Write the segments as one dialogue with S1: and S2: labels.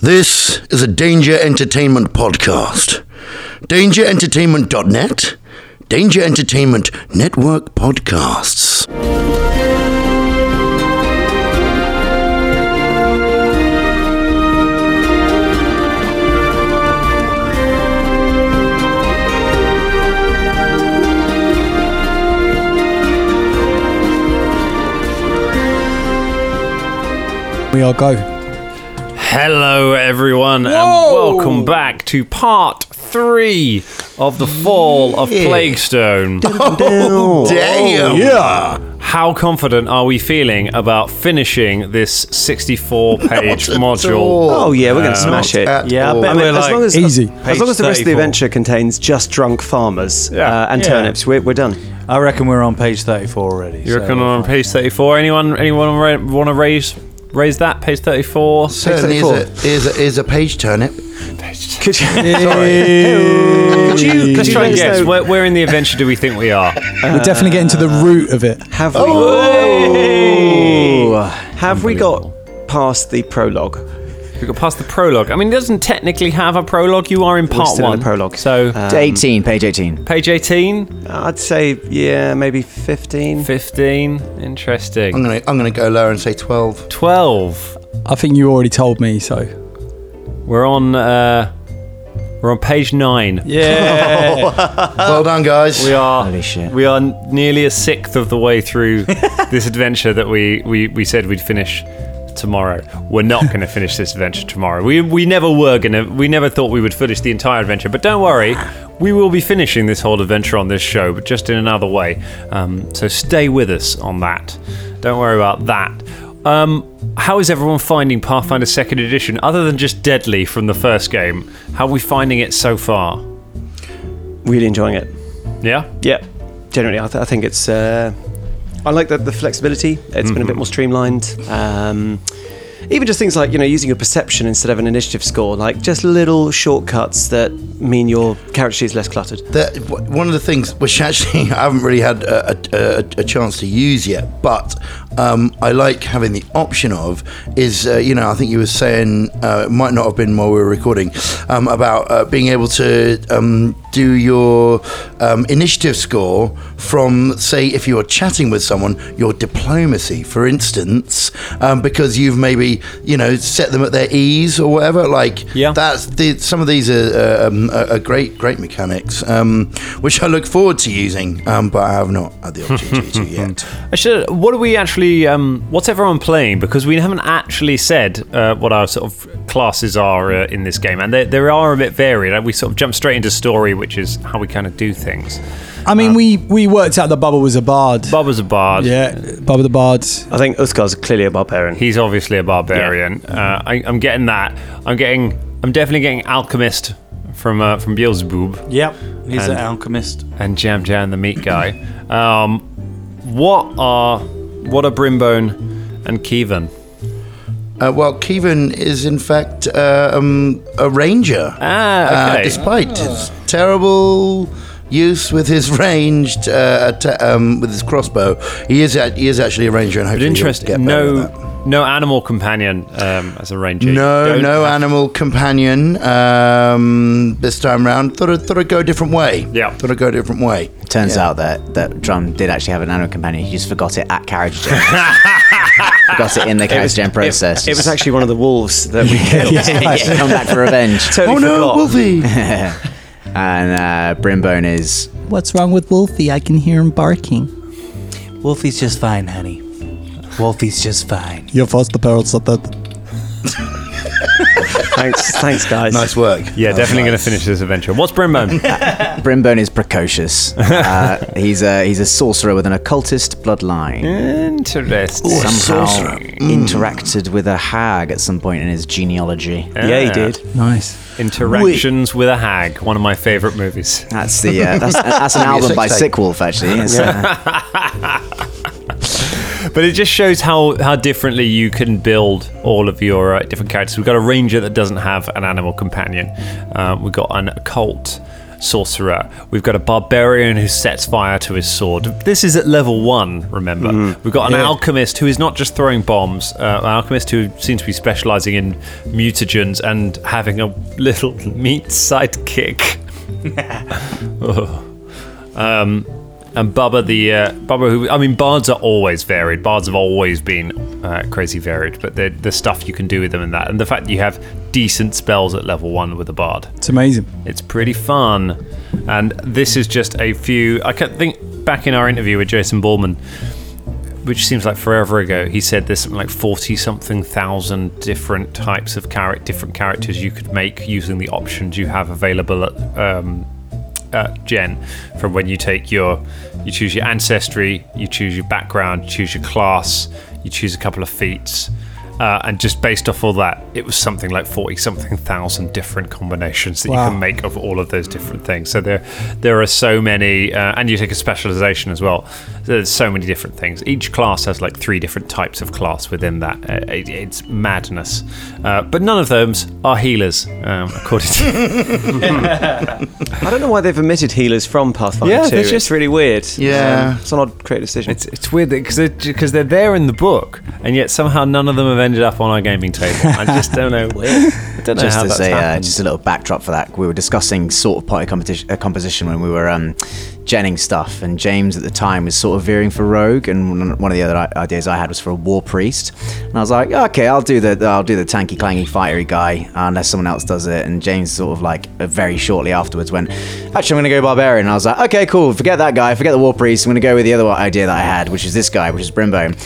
S1: This is a Danger Entertainment podcast. DangerEntertainment.net, Danger Entertainment Network Podcasts.
S2: We all go.
S3: Hello, everyone,
S2: Whoa!
S3: and welcome back to part three of the fall of Plaguestone.
S1: Oh, damn!
S3: How confident are we feeling about finishing this
S1: Not
S3: 64-page
S1: at
S3: module?
S1: all.
S4: Oh yeah, we're gonna smash it.
S1: at
S5: Yeah,
S1: all.
S5: I bet
S4: I mean,
S5: we're
S4: as
S5: like
S4: long as
S2: easy.
S4: as long as the rest of the
S5: 34.
S4: adventure contains just drunk farmers
S3: Yeah.
S4: uh, and
S3: Yeah.
S4: turnips, we're, we're done.
S5: I reckon we're on page 34 already.
S3: You reckon we're on page 34? Anyone, anyone want to raise raise that page 34?
S1: Certainly is
S4: 34.
S1: a, is, a, is a page turnip.
S4: Could you,
S2: Hey.
S4: could you, could
S3: Let's
S4: you
S3: try
S4: let
S3: and
S4: us
S3: guess
S4: know-
S3: where, where in the adventure do we think we are?
S2: We're definitely getting to the
S1: Uh,
S2: root of it.
S4: Have we? Have we got past the prologue?
S3: We got past the prologue. I mean, it doesn't technically have a prologue. You are in part
S4: still in
S3: one.
S4: the prologue. Uh, Um,
S3: So
S6: To 18, page 18.
S3: page 18,
S4: I'd say yeah, maybe fifteen.
S3: 15. Interesting.
S1: I'm gonna I'm gonna go lower and say twelve.
S3: 12
S2: I think you already told me, so.
S3: we're on uh we're on page 9
S5: Yeah.
S1: well done, guys.
S3: we are
S6: Holy shit.
S3: we are nearly a sixth of the way through this adventure that we we, we said we'd finish tomorrow we're not going to finish this adventure tomorrow we we never were going to we never thought we would finish the entire adventure but don't worry we will be finishing this whole adventure on this show but just in another way um, so stay with us on that don't worry about that Um, how is everyone finding Pathfinder Second Edition, other than just deadly from the first game? How are we finding it so far?
S4: Really enjoying it.
S3: Yeah,
S4: Yeah, generally, I, th- I think it's. Uh, I like the, the flexibility. It's been a bit more streamlined. Um, even just things like you know using your perception instead of an initiative score, like just little shortcuts that mean your character sheet is less cluttered.
S1: that w- one of the things which actually I haven't really had a, a, a, a chance to use yet, but um, I like having the option of is uh, you know I think you were saying uh, it might not have been while we were recording um, about uh, being able to um, do your um, initiative score from say if you are chatting with someone your diplomacy for instance um, because you've maybe you know set them at their ease or whatever like
S3: Yeah.
S1: that that's the, some of these are, uh, um, are are great, great mechanics, um, which I look forward to using, um, but I have not had the opportunity to yet.
S3: I should. What are we actually? Um, what's everyone playing? Because we haven't actually said uh, what our sort of classes are uh, in this game, and they, they are a bit varied. Like, We sort of jump straight into story, which is how we kind of do things.
S2: I
S1: Uh,
S2: mean, we, we worked out the Bubba was a bard.
S3: Bob is a bard.
S2: yeah, Bubba the Bard.
S4: I think Uthgar's clearly a barbarian.
S3: he's obviously a barbarian. Uh, I, I'm getting that. I'm getting. I'm definitely getting alchemist from uh, from Beelzebub.
S5: yep. He's
S3: And-
S5: an alchemist.
S3: and Jam Jam the meat guy. Um, what are what are Brimbone and Keevan?
S1: Uh, well, Kevin is in fact uh, um, a ranger,
S3: Ah,
S1: uh,
S3: okay.
S1: despite his terrible use with his ranged uh, atta- um, with his crossbow. He is a- he is actually a ranger, and
S3: but
S1: hopefully he'll get
S3: interesting.
S1: better at that.
S3: No, no animal companion um, as a ranger.
S1: No,
S3: Don't
S1: no
S3: have-
S1: animal companion um, this time round. Thought I'd, thought I'd go a different way.
S3: Yeah.
S1: Thought I'd go a different way.
S6: Turns out that, that Drum did actually have an animal companion. He just forgot it at carriage jam. forgot it in the carriage jam process.
S4: It, was actually one of the wolves that we killed.
S6: yeah, come back for revenge.
S4: Totally
S1: oh no,
S4: forgot.
S1: Wolfie!
S6: and uh, Brimbone is
S7: What's wrong with Wolfie? I can hear him barking.
S5: Wolfie's just fine, honey. Wolfie's just fine.
S2: Your first appearance at that.
S4: thanks, thanks, guys.
S1: Nice work.
S3: Yeah, definitely going to finish this adventure. What's Brimbone?
S6: Brimbone is precocious. Uh, he's a he's a sorcerer with an occultist bloodline.
S3: Interesting.
S6: Somehow
S4: Mm.
S6: interacted with a hag at some point in his genealogy.
S4: Yeah, he did.
S2: Nice.
S3: Interactions with a hag, one of my favourite movies.
S6: That's the uh, that's, that's an album
S1: sex
S6: by
S1: tape.
S6: Sick Wolf actually. It's, uh,
S3: But it just shows how, how differently you can build all of your uh, different characters. We've got a ranger that doesn't have an animal companion. Uh, we've got an occult sorcerer. We've got a barbarian who sets fire to his sword. This is at level one, remember. We've got an alchemist who is not just throwing bombs, uh, an alchemist who seems to be specializing in mutagens and having a little meat sidekick. And Bubba the uh, Bubba who I mean bards are always varied. Bards have always been uh, crazy varied, but the the stuff you can do with them and that, and the fact that you have decent spells at level one with a bard,
S2: It's amazing.
S3: it's pretty fun. And this is just a few. I can think back in our interview with Jason Ballman, which seems like forever ago. He said there's something like forty something thousand different types of character, different characters you could make using the options you have available at. Um, uh, Jen from when you take your you choose your ancestry, you choose your background, you choose your class, you choose a couple of feats, uh, and just based off all that, it was something like forty something thousand different combinations that
S2: Wow.
S3: you can make of all of those different things. So there there are so many, uh, and you take a specialization as well. So there's so many different things. Each class has like three different types of class within that. Uh, it, it's madness, uh, but none of those are healers, um, according to.
S4: I don't know why they've omitted healers from Pathfinder
S3: Yeah,
S4: 2.
S3: they're just-
S4: it's really weird.
S1: Yeah.
S4: Um, it's an odd creative decision.
S3: It's, it's weird because they're, 'cause they're there in the book, and yet somehow none of them have ended up on our gaming table. I just don't know. I don't know
S6: just
S3: how
S6: as
S3: that's
S6: a uh,
S3: happened.
S6: just a little backdrop for that, we were discussing sort of party competition uh, composition when we were um, jenning stuff, and James at the time was sort of veering for rogue, and one- one of the other i- ideas I had was for a war priest, and I was like, okay, I'll do the I'll do the tanky clangy fiery guy uh, unless someone else does it, and James sort of like uh, very shortly afterwards went, actually I'm gonna go barbarian, and I was like, okay, cool, forget that guy, forget the war priest, I'm gonna go with the other idea that I had, which is this guy, which is Brimbo.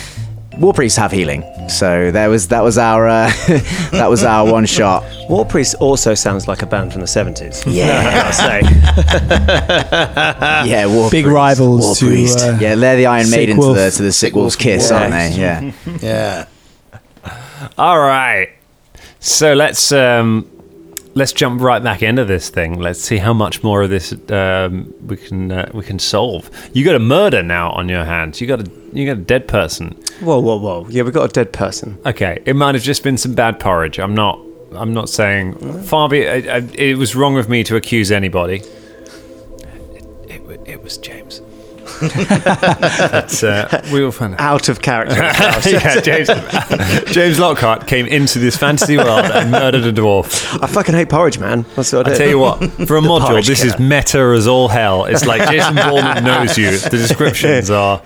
S6: War priests have healing, so there was that was our uh, that was our one shot.
S4: War Priest also sounds like a band from the 70s.
S6: Yeah,
S4: I say.
S6: yeah, War
S2: Big
S6: Priest.
S2: rivals
S6: War
S2: to,
S6: Priest.
S2: uh,
S6: yeah, they're the Iron
S2: Sick
S6: Maiden to
S2: Wolf.
S6: the to the Sick Wolf's Kiss, aren't they? Yeah,
S1: Yeah.
S3: All right, so let's um, let's jump right back into this thing. Let's see how much more of this um, we can uh, we can solve. You got a murder now on your hands. You got a you got a dead person.
S4: Whoa, whoa, whoa. Yeah, we've got a dead person.
S3: Okay, it might have just been some bad porridge. I'm not. I'm not saying far be. I, I, it was wrong of me to accuse anybody. It, it, wa- it was James. That's, uh, we all found out.
S4: Out of character.
S3: yeah, James, James Lockhart came into this fantasy world and murdered a dwarf.
S4: I fucking hate porridge, man. That's what I,
S3: I
S4: do.
S3: tell you what, for a module,
S4: porridge
S3: this is meta as all hell. It's like Jason Bourne knows you. The descriptions are.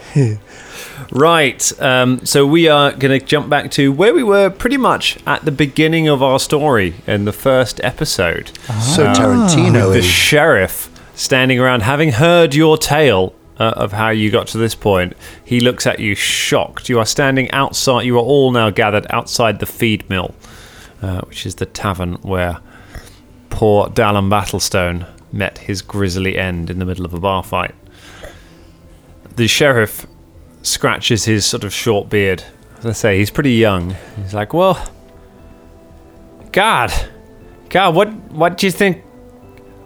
S3: Right, um, so we are going to jump back to where we were pretty much at the beginning of our story in the first episode.
S1: So Tarantino
S3: Ah. The
S1: is.
S3: sheriff standing around, having heard your tale uh, of how you got to this point, he looks at you shocked. You are standing outside, you are all now gathered outside the feed mill, uh, which is the tavern where poor Dallin Battlestone met his grisly end in the middle of a bar fight. The sheriff scratches his sort of short beard. As I say, he's pretty young. He's like, Well, God, God, what, what do you think?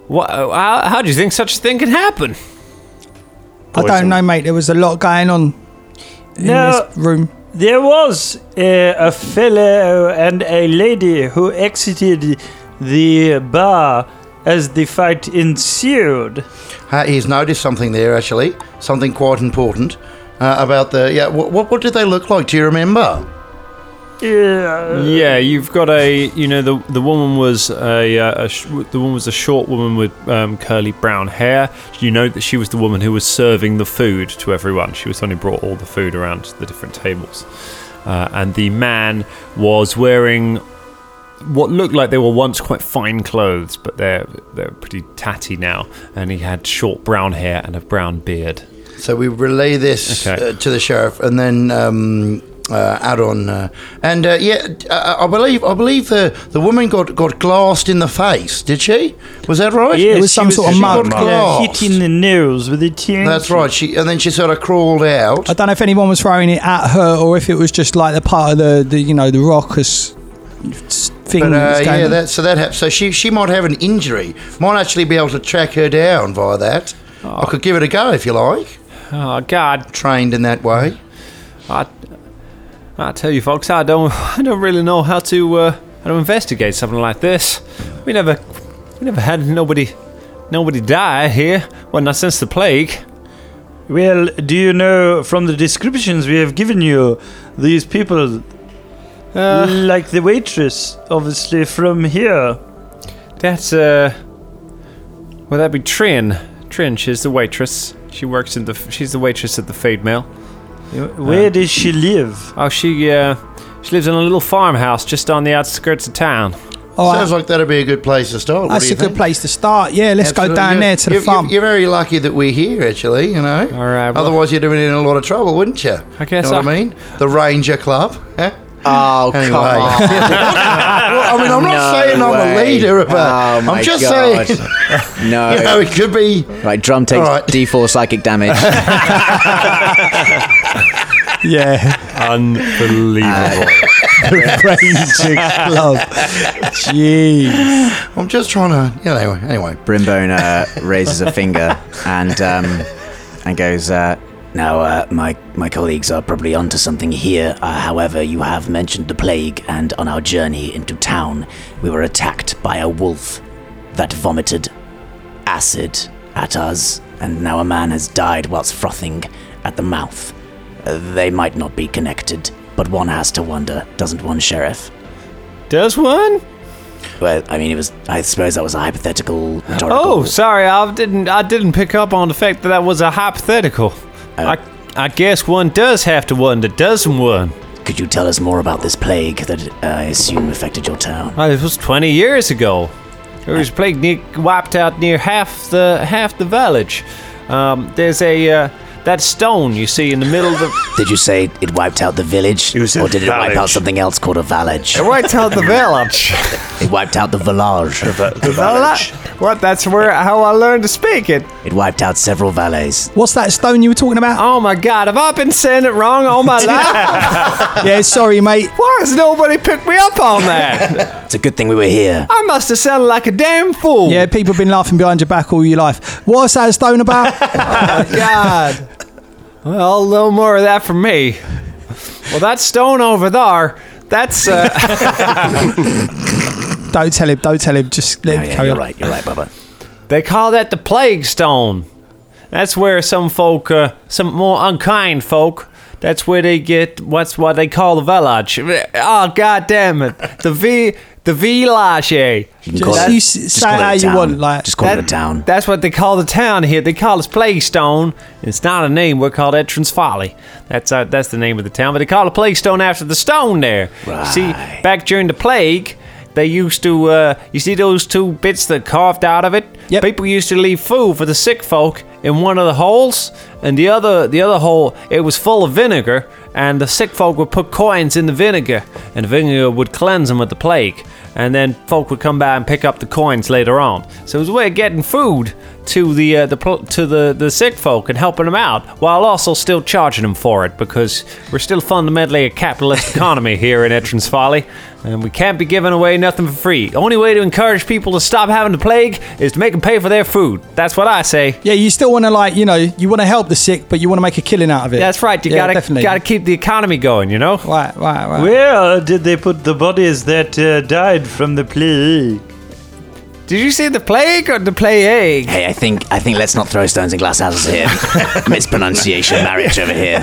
S3: What, how, how do you think such a thing can happen?
S2: I don't know, mate. There was a lot going on in
S8: No.
S2: this room.
S8: There was uh, a fellow and a lady who exited the bar as the fight ensued.
S1: Uh, he's noticed something there, actually. Something quite important uh, about the. Yeah, what, what, what did they look like? Do you remember?
S8: Uh,
S3: Yeah, you've got a, you know, the the woman was a, uh, a sh- the woman was a short woman with um, curly brown hair. You know that she was the woman who was serving the food to everyone. She was the one who brought all the food around to the different tables, uh, and the man was wearing what looked like they were once quite fine clothes, but they're they're pretty tatty now. And he had short brown hair and a brown beard.
S1: So we relay this
S3: Okay.
S1: uh, to the sheriff, and then um, uh, add on. Uh, and uh, yeah, d- uh, I believe I believe the, the woman got, got glassed in the face. Did she? Was that right?
S8: yes,
S2: was some
S8: she
S2: sort of
S8: she
S2: mud.
S8: got, uh, hit in the nose with a tin.
S1: That's right. She and then she sort of crawled out.
S2: I don't know if anyone was throwing it at her or if it was just like the part of the, the you know, the raucous thing
S1: But
S2: that
S1: uh,
S2: was going
S1: yeah,
S2: on.
S1: that, so that hap- so she she might have an injury. Might actually be able to track her down via that. I
S8: Oh.
S1: could give it a go if you like.
S3: Oh God,
S1: Trained in that way.
S3: I, I tell you, folks, I don't, I don't really know how to, uh, how to investigate something like this. We never, we never had nobody, Nobody die here. Well, not since the plague.
S8: Well, do you know from the descriptions we have given you, these people,
S3: Uh,
S8: like the waitress, obviously from here.
S3: that's, uh. Well, that'd be Trin. Trin, she's the waitress. She works in the. She's the waitress at the feed mill.
S8: Where does she live?
S3: Oh, she, uh. She lives in a little farmhouse just on the outskirts of town.
S2: All right,
S1: Sounds like that'd be a good place to start. what do
S2: that's
S1: you
S2: a good
S1: think?
S2: place to start. Yeah, let's go
S1: Absolutely.
S2: down
S1: You're-
S2: there to the
S1: you're,
S2: farm.
S1: You're, you're very lucky that we're here, actually. You know.
S3: All right, well-
S1: Otherwise, you'd have been in a lot of trouble, wouldn't you?
S3: I guess
S1: You know what
S3: I-
S1: I mean? The Ranger Club. Huh?
S6: Oh,
S1: Anyway.
S6: come on.
S1: Well, I mean, I'm not
S6: No
S1: saying I'm a
S6: way.
S1: leader,
S6: Oh,
S1: but
S6: my
S1: I'm just
S6: God.
S1: saying.
S6: No.
S1: You know, it could be.
S6: Right, drum takes
S1: All right.
S6: D4 psychic damage.
S2: yeah,
S3: Unbelievable.
S2: Ranger Club. Jeez.
S1: I'm just trying to. You know. Anyway.
S6: Brimbone uh, raises a finger and um, and goes, uh, "Now, uh, my my colleagues are probably onto something here. Uh, however, you have mentioned the plague, and on our journey into town, we were attacked by a wolf that vomited acid at us, and now a man has died whilst frothing at the mouth. Uh, they might not be connected, but one has to wonder, doesn't one, Sheriff?"
S3: Does one?
S6: Well, I mean, it was. I suppose that was a hypothetical. rhetorical-
S3: Oh, sorry, I didn't. I didn't pick up on the fact that that was a hypothetical. I, I guess one does have to wonder, doesn't one?
S6: Could you tell us more about this plague that uh, I assume affected your town?
S3: Oh, this was twenty years ago. There was plague ne- wiped out near half the half the village. Um, there's a uh, that stone you see in the middle of the
S6: Did you say it wiped out the village?
S4: was a
S6: or did it wipe out
S4: village.
S6: something else called a village?
S3: right out the village.
S6: It wiped out the village.
S3: What? That's where how I learned to speak it.
S6: It wiped out several valets.
S2: What's that stone you were talking about?
S3: Oh my God, have I been saying it wrong all my life?
S2: Yeah, sorry, mate.
S3: Why has nobody picked me up on that?
S6: It's a good thing we were here.
S2: Ah,
S3: I must have sounded like a damn fool.
S2: Yeah, people have been laughing behind your back all your life. What's that stone about? oh, God.
S3: Well, a little more of that for me. Well, that stone over there, that's. Uh,
S2: Don't tell him. Don't tell him. Just let
S6: Oh,
S2: him
S6: yeah,
S2: carry
S6: you're
S2: on.
S6: right. You're right, Bubba.
S3: they call that the plague stone. That's where some folk, uh, some more unkind folk, that's where they get what's what they call the village. Oh, god damn it. The V. The village. eh?
S6: You can
S2: Just-
S6: call it,
S2: you
S6: just
S2: say
S6: call it
S2: how
S6: a
S2: you
S6: town.
S2: want, like-
S6: just call it a
S3: That-
S6: town.
S3: That's what they call the town here. They call us Plague Stone. It's not a name. We're called Etrin's Folly. That's uh, that's the name of the town. But they call it Plague Stone after the stone there. You See,
S6: Right.
S3: back during the plague, they used to. Uh, you see those two bits that carved out of it.
S2: Yep.
S3: People used to leave food for the sick folk in one of the holes, and the other the other hole it was full of vinegar. And the sick folk would put coins in the vinegar, and the vinegar would cleanse them of the plague. And then folk would come by and pick up the coins later on. So it was a way of getting food to the uh, the pl- to the, the sick folk and helping them out, while also still charging them for it because we're still fundamentally a capitalist economy here in Etrin's Folly, and we can't be giving away nothing for free. The only way to encourage people to stop having the plague is to make them pay for their food. That's what I say.
S2: Yeah, you still want to like, you know, you want to help the sick, but you want to make a killing out of it.
S3: That's right. You
S2: Yeah,
S3: gotta
S2: definitely.
S3: gotta keep the economy going. You know.
S2: Right, right, right.
S8: Where did they put the bodies that uh, died from the plague?
S3: Did you see the plague or the plague?
S6: Hey, I think I think let's not throw stones in glass houses here. Mispronunciation marriage over here.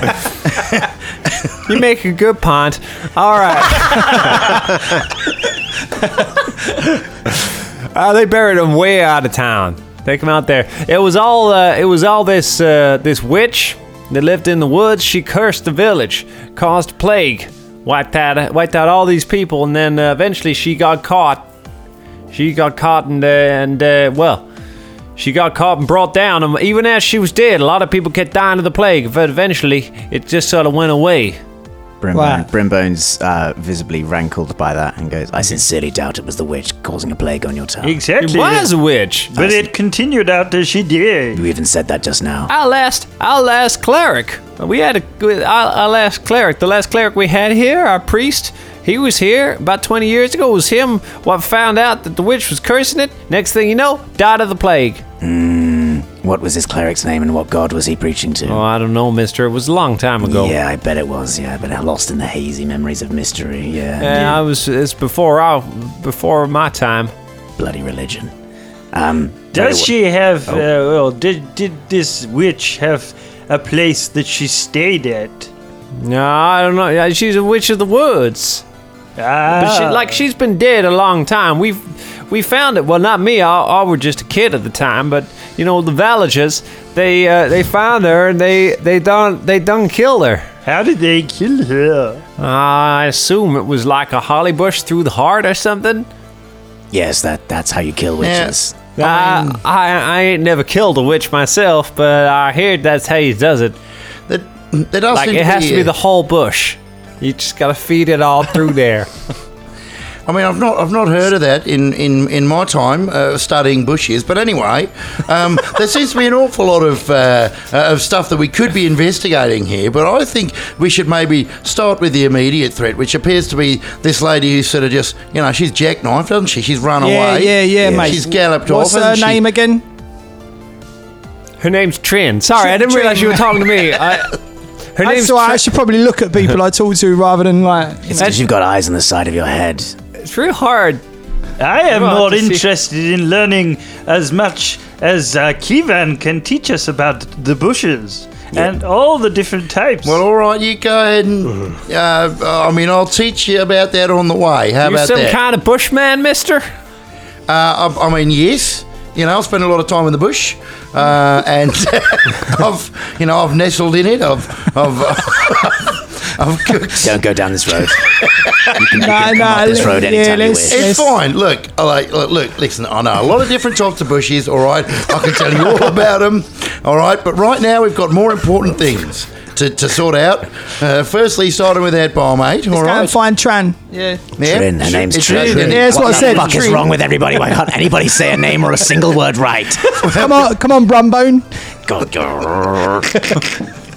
S3: You make a good punt. All right. uh, they buried him way out of town. Take him out there. It was all. Uh, it was all this. Uh, this witch that lived in the woods. She cursed the village, caused plague, wiped out, wiped out all these people, and then uh, eventually she got caught. She got caught and uh, and uh, well, she got caught and brought down. And even as she was dead, a lot of people kept dying of the plague. But eventually, it just sort of went away.
S6: Brimbone,
S2: Right.
S6: Brimbone's uh, visibly rankled by that and goes, I sincerely doubt it was the witch causing a plague on your town.
S8: Exactly.
S3: Why is a witch?
S8: But it continued after she died.
S6: You even said that just now.
S3: Our last, our last cleric. We had a our, our last cleric. The last cleric we had here, our priest. He was here about 20 years ago. It was him what found out that the witch was cursing it. Next thing you know, died of the plague.
S6: What was this cleric's name and what god was he preaching to?
S3: Oh, I don't know, mister. It was a long time ago.
S6: Yeah, I bet it was. Yeah, but I lost in the hazy memories of mystery. Yeah,
S3: Yeah, I was. It's before I, before my time.
S6: bloody religion. Um,
S9: Does
S6: but-
S9: she have?
S6: Oh.
S9: Uh, well, did did this witch have a place that she stayed at?
S3: No, I don't know. Yeah, She's a witch of the woods.
S9: Ah,
S3: But she, like she's been dead a long time. We've we found it. Well, not me. I, I were just a kid at the time. But you know the villagers, they uh, they found her and they they done they done killed her.
S9: how did they kill her?
S3: I assume it was like a holly bush through the heart or something.
S6: Yes, that that's how you kill
S1: Yeah.
S6: witches.
S3: I, I I ain't never killed a witch myself, but I hear that's how he does it.
S1: There, there does
S3: Like
S1: seem
S3: it has
S1: be,
S3: to be the whole bush. You just gotta feed it all through there.
S1: I mean, I've not, I've not heard of that in in in my time uh, studying bushes. But anyway, um, there seems to be an awful lot of uh, uh, of stuff that we could be investigating here. But I think we should maybe start with the immediate threat, which appears to be this lady who sort of just, you know, she's jackknifed, doesn't she? She's run
S7: Yeah,
S1: away.
S7: yeah, yeah, mate.
S1: She's galloped
S7: What's
S1: off.
S7: her
S1: hasn't she?
S7: name again?
S3: Her name's Trin. Sorry, I didn't
S7: Trin.
S3: realize you were talking to me. I, her name's
S7: That's why I
S3: Trin.
S7: should probably look at people I talk to rather than like.
S6: It's because you've got eyes on the side of your head.
S3: It's real hard.
S9: I am
S3: Well,
S9: more
S3: to see-
S9: interested in learning as much as uh, Kivan can teach us about the bushes and all the different types.
S1: Well, all right, you go ahead and. Uh, I mean, I'll teach you about that on the way. How
S3: You
S1: about
S3: some
S1: that?
S3: kind of bushman, mister?
S1: Uh, I, I mean, yes. You know, I spend a lot of time in the bush, uh, and I've, you know, I've nestled in it. I've, uh, I've, I've cooked.
S6: Don't go down this road.
S7: Nah,
S6: come
S7: nah,
S6: up this
S7: let-
S6: road anytime you wish.
S1: It's fine. Look, I like, look, look, listen. I know a lot of different types of bushes. All right, I can tell you all about them. All right, but right now we've got more important things to, to sort out. Uh, firstly, starting with that barmaid. All
S7: Go
S1: right,
S7: and find Tran. Yeah.
S1: Yeah.
S6: Trin, her name's
S1: It's
S6: Trin.
S1: Trin.
S7: Yeah, that's what I said.
S6: What the fuck is
S7: Trin.
S6: wrong with everybody? Why can't anybody say a name or a single word right?
S7: Come on, come on, Brumbone.
S6: God,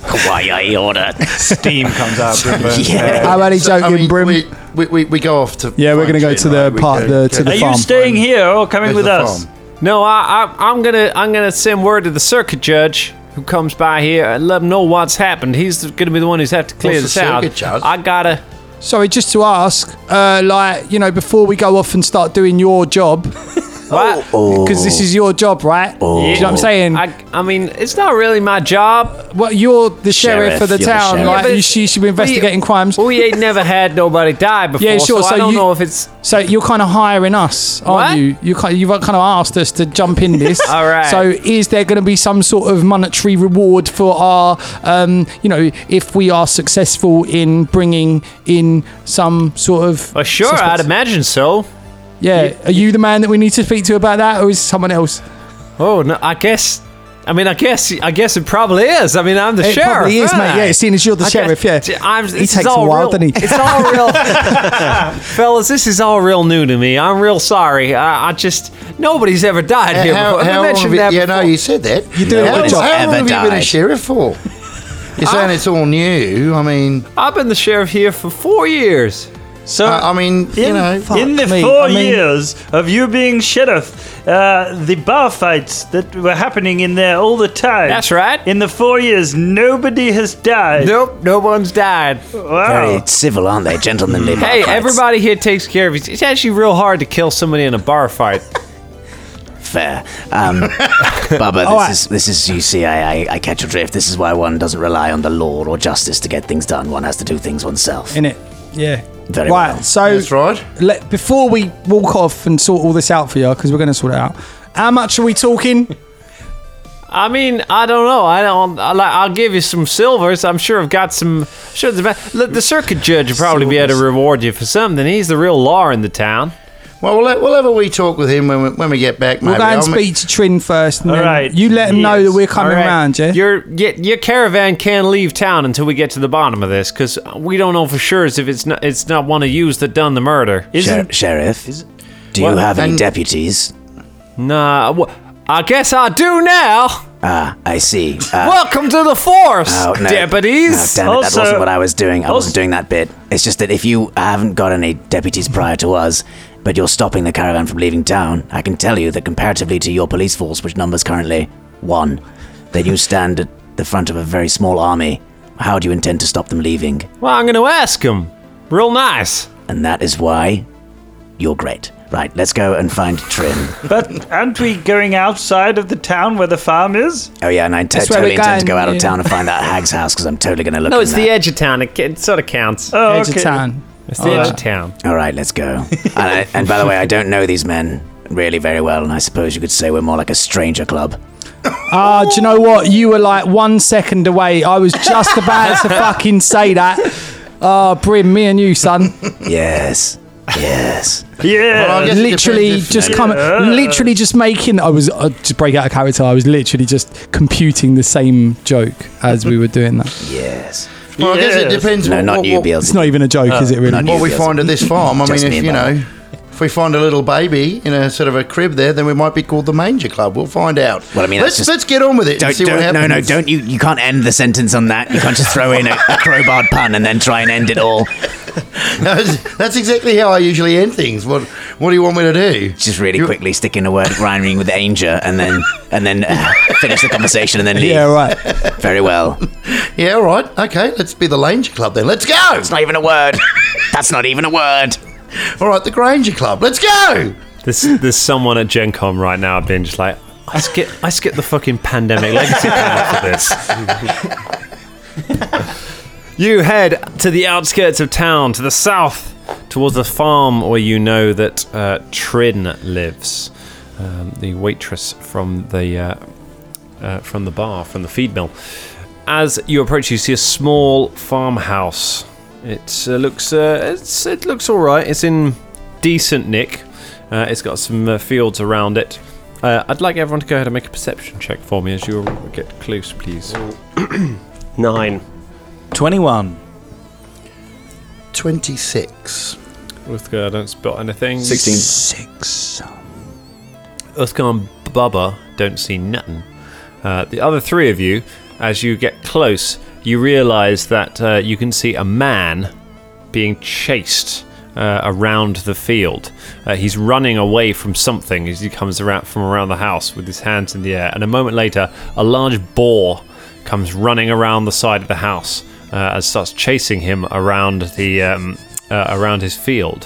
S6: Kawaii order.
S10: Steam comes out.
S6: Yeah.
S7: I'm only
S1: So,
S7: joking,
S1: I mean,
S7: Brim.
S1: we, we, we, we go off to.
S7: Yeah, we're gonna go
S1: Trin,
S7: to the
S1: right? We
S7: part-
S1: go-
S7: the- to
S1: go-
S7: the
S9: Are
S7: farm.
S9: you staying here or coming
S1: There's
S9: with
S1: the
S9: us?
S1: farm.
S3: No, I, I, I'm gonna, I'm gonna send word to the circuit judge who comes by here and let him know what's happened. He's gonna be the one who's have to clear
S1: What's
S3: this
S1: the
S3: out.
S1: circuit judge?
S3: I gotta.
S7: Sorry, just to ask, uh, like you know, before we go off and start doing your job, because
S3: What?
S1: Oh.
S7: this is your job, right? Do you know Oh, what I'm saying?
S3: I, I mean, it's not really my job.
S7: well, you're the sheriff,
S6: Sheriff,
S7: of the
S6: you're the
S7: town,
S6: sheriff.
S7: right?
S3: Yeah, but
S7: you, sh- you should be investigating
S3: we,
S7: crimes.
S3: We ain't never had nobody die before,
S7: Yeah, sure,
S3: so, I
S7: so
S3: don't
S7: you-
S3: know if it's
S7: So you're kind of hiring us, aren't
S3: What?
S7: you? You kind you've kind of asked us to jump in this.
S3: All right.
S7: So is there going to be some sort of monetary reward for our, um, you know, if we are successful in bringing in some sort of?
S3: Well, sure,
S7: suspects?
S3: I'd imagine so.
S7: Yeah. Are you the man that we need to speak to about that, or is someone else?
S3: Oh, no, I guess. I mean, I guess. I guess it probably is. I mean, I'm the
S7: It
S3: sheriff.
S7: probably is,
S3: aren't
S7: mate.
S3: I?
S7: Yeah, seeing as you're the
S3: I
S7: sheriff,
S3: guess-
S7: yeah.
S3: I'm, this is
S7: takes a
S3: all
S7: while,
S3: real,
S7: doesn't he?
S3: It's all real, fellas. This is all real new to me. I'm real sorry. I, I just nobody's ever died here
S1: How,
S3: before.
S1: how
S3: I
S1: long have
S3: mentioned
S1: you,
S3: that.
S1: yeah,
S3: before.
S1: no, you said that. You
S7: do it
S1: how,
S7: when it's
S1: how long
S6: ever
S1: have you been a
S6: died.
S1: sheriff for? You're saying it's all new. I mean,
S3: I've been the sheriff here for four years.
S9: So
S1: I I mean, you know,
S9: in the
S7: me,
S9: four
S7: I mean-
S9: years of you being sheriff, uh, the bar fights that were happening in there all the time.
S3: That's right.
S9: In the four years, nobody has
S1: uh,
S9: died.
S3: Nope, no one's died.
S9: Wow.
S6: Very civil, aren't they? Gentlemanly.
S3: Oh. Hey,
S6: Barclays.
S3: everybody here takes care of each. It's actually real hard to kill somebody in a bar fight.
S6: Fair. Um, Bubba, this,
S7: Alright.
S6: is, this is, you see, I, I, I catch your drift. This is why one doesn't rely on the law or justice to get things done. One has to do things oneself.
S7: In it. Yeah.
S6: Very
S7: right.
S6: well.
S7: So
S1: that's right.
S7: let, before we walk off and sort all this out for you, because we're going to sort it out. How much are we talking?
S3: I mean, I don't know. I don't. I, like, I'll give you some silvers. I'm sure I've got some. Sure, the, look, the circuit judge will probably be able to reward you for something. He's the real law in the town.
S1: Well, we'll, let, we'll have a wee talk with him when we, when we get back, maybe.
S7: We'll go and
S1: I'll ma-
S7: speak to Trin first, and
S9: All
S7: then
S9: right.
S7: you let him know
S9: Yes.
S7: that we're
S3: All
S7: coming
S3: right.
S7: round. Yeah.
S3: Your, your your caravan can't leave town until we get to the bottom of this, because we don't know for sure as if it's not it's not one of yous that done the murder.
S6: Sher- sheriff, do you
S3: What?
S6: have any
S1: And-
S6: deputies?
S3: Nah. wha- I guess I do now.
S6: Ah, I see. Uh,
S3: Welcome to the force,
S6: Oh, no.
S3: deputies.
S6: No, damn it,
S9: Also-
S6: that wasn't what I was doing. I
S9: also-
S6: wasn't doing that bit. It's just that if you haven't got any deputies prior to us, but you're stopping the caravan from leaving town, I can tell you that comparatively to your police force, which numbers currently one, that you stand at the front of a very small army. How do you intend to stop them leaving?
S3: well, I'm going to ask him. Real nice.
S6: And that is why You're great. Right, let's go and find Trin.
S9: But aren't we going outside of the town where the farm is?
S6: Oh yeah, and I t-
S7: That's where
S6: totally
S7: we're
S6: intend to
S7: going,
S6: go out of
S7: yeah.
S6: town and find that hag's house because I'm totally gonna look.
S3: No,
S6: in
S3: it's
S6: that.
S3: the edge of town. It, it sort of counts.
S9: Oh,
S7: Edge of town.
S3: It's the
S7: uh,
S3: edge of town.
S6: All right, let's go. and, I, and by the way, I don't know these men really very well, and I suppose you could say we're more like a stranger club.
S7: Ah, do you know what? You were like one second away. I was just about to fucking say that. Ah, Brim, me and you, son.
S6: Yes, yes.
S9: Yeah.
S1: Well, I guess it
S7: literally
S1: depends if-
S7: just come, literally just making. I was uh, just break out of character. I was literally just computing the same joke as we were doing that.
S6: Yes.
S1: Well, I guess it depends.
S6: No,
S1: what-
S6: not
S1: what-
S6: you,
S1: what-
S6: Beals.
S7: It's not even a joke, is it? Really?
S6: not
S1: what we
S6: Yes.
S1: find at this farm. I mean,
S6: Just
S1: if
S6: me and
S1: you
S6: Bob.
S1: know, if we find a little baby in a sort of a crib there, then we might be called the Manger Club. We'll find out.
S6: Well, I mean,
S1: let's
S6: that's just-
S1: let's get on with it and
S6: Don't,
S1: see what
S6: don't, no,
S1: happens.
S6: no, don't you? You can't end the sentence on that. You can't just throw in a, a crowbarred pun and then try and end it all.
S1: that's, that's exactly how I usually end things. What What do you want me to do?
S6: Just really quickly stick in a word rhyming with anger and then and then uh, finish the conversation and then leave.
S7: Yeah, right.
S6: Very well.
S1: Yeah, all right, okay. Let's be the Langer Club then. Let's go.
S6: It's not even a word. That's not even a word.
S1: All right, the Granger Club. Let's go.
S3: There's, there's someone at Gen Con right now being just like, I skip, I skip the fucking pandemic legacy panel for this. you head to the outskirts of town, to the south, towards the farm where you know that uh, Trin lives, um, the waitress from the uh, uh, from the bar, from the feed mill. As you approach, you see a small farmhouse. It uh, looks uh, it's, it looks all right. It's in decent nick. Uh, it's got some uh, fields around it. Uh, I'd like everyone to go ahead and make a perception check for me as you get close, please.
S4: Nine.
S6: 21.
S1: Twenty six.
S3: Uthgar, I don't spot anything.
S11: 16.
S3: Uthgar and Bubba don't see nothing. Uh, the other three of you, as you get close, you realise that uh, you can see a man being chased uh, around the field. Uh, he's running away from something as he comes around from around the house with his hands in the air. And a moment later, a large boar comes running around the side of the house uh, and starts chasing him around the um, uh, around his field.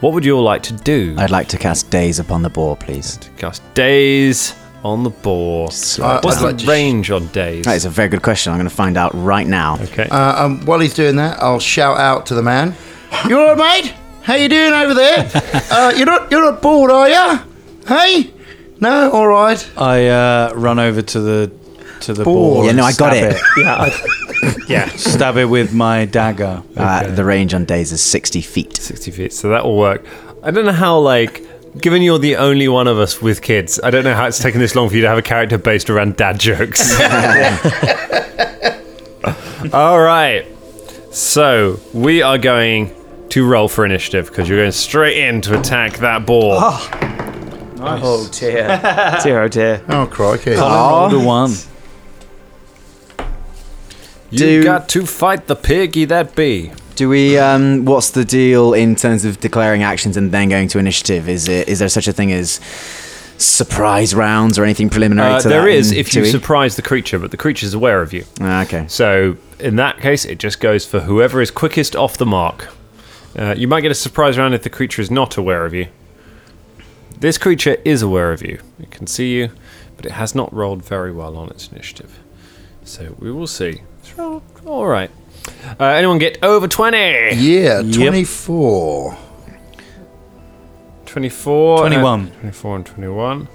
S3: What would you all like to do?
S11: I'd like to cast Daze upon the boar, please.
S3: Cast days on the board.
S1: Uh,
S3: What's
S1: I'd
S3: the
S1: like to sh-
S3: range on days?
S11: That is a very good question. I'm going to find out right now.
S3: okay.
S1: Uh, um, while he's doing that, I'll shout out to the man. You all right, mate? How you doing over there? Uh, you're not you're not bored, are you? Hey? No, all right.
S12: I uh, run over to the to the
S1: Board.
S12: board.
S11: Yeah, no, I
S12: and stab
S11: got it.
S4: Yeah. I,
S12: stab it with my dagger.
S11: Uh, the range on Daze is 60 feet.
S3: 60 feet. So that will work. I don't know how, like, given you're the only one of us with kids, I don't know how it's taken this long for you to have a character based around dad jokes. All right. So we are going to roll for initiative because you're going straight in to attack that boar.
S4: oh dear. dear, oh dear.
S1: Oh crikey.
S12: Rolled a one.
S3: you
S11: dude.
S3: got to fight the piggy that be.
S11: Do we, um, what's the deal in terms of declaring actions and then going to initiative? Is it, is there such a thing as surprise rounds or anything preliminary
S3: Uh,
S11: to
S3: there
S11: that
S3: is
S6: um,
S11: in
S3: if you
S11: Tui?
S3: surprise the creature, but the creature's aware of you.
S11: Ah, okay.
S3: So in that case, it just goes for whoever is quickest off the mark. Uh, you might get a surprise round if the creature is not aware of you. This creature is aware of you. It can see you, but it has not rolled very well on its initiative. So we will see. It's rolled all right. Uh, anyone get over 20?
S1: Yeah, 24.
S3: 24.
S12: 21.
S3: uh, 24 and 21.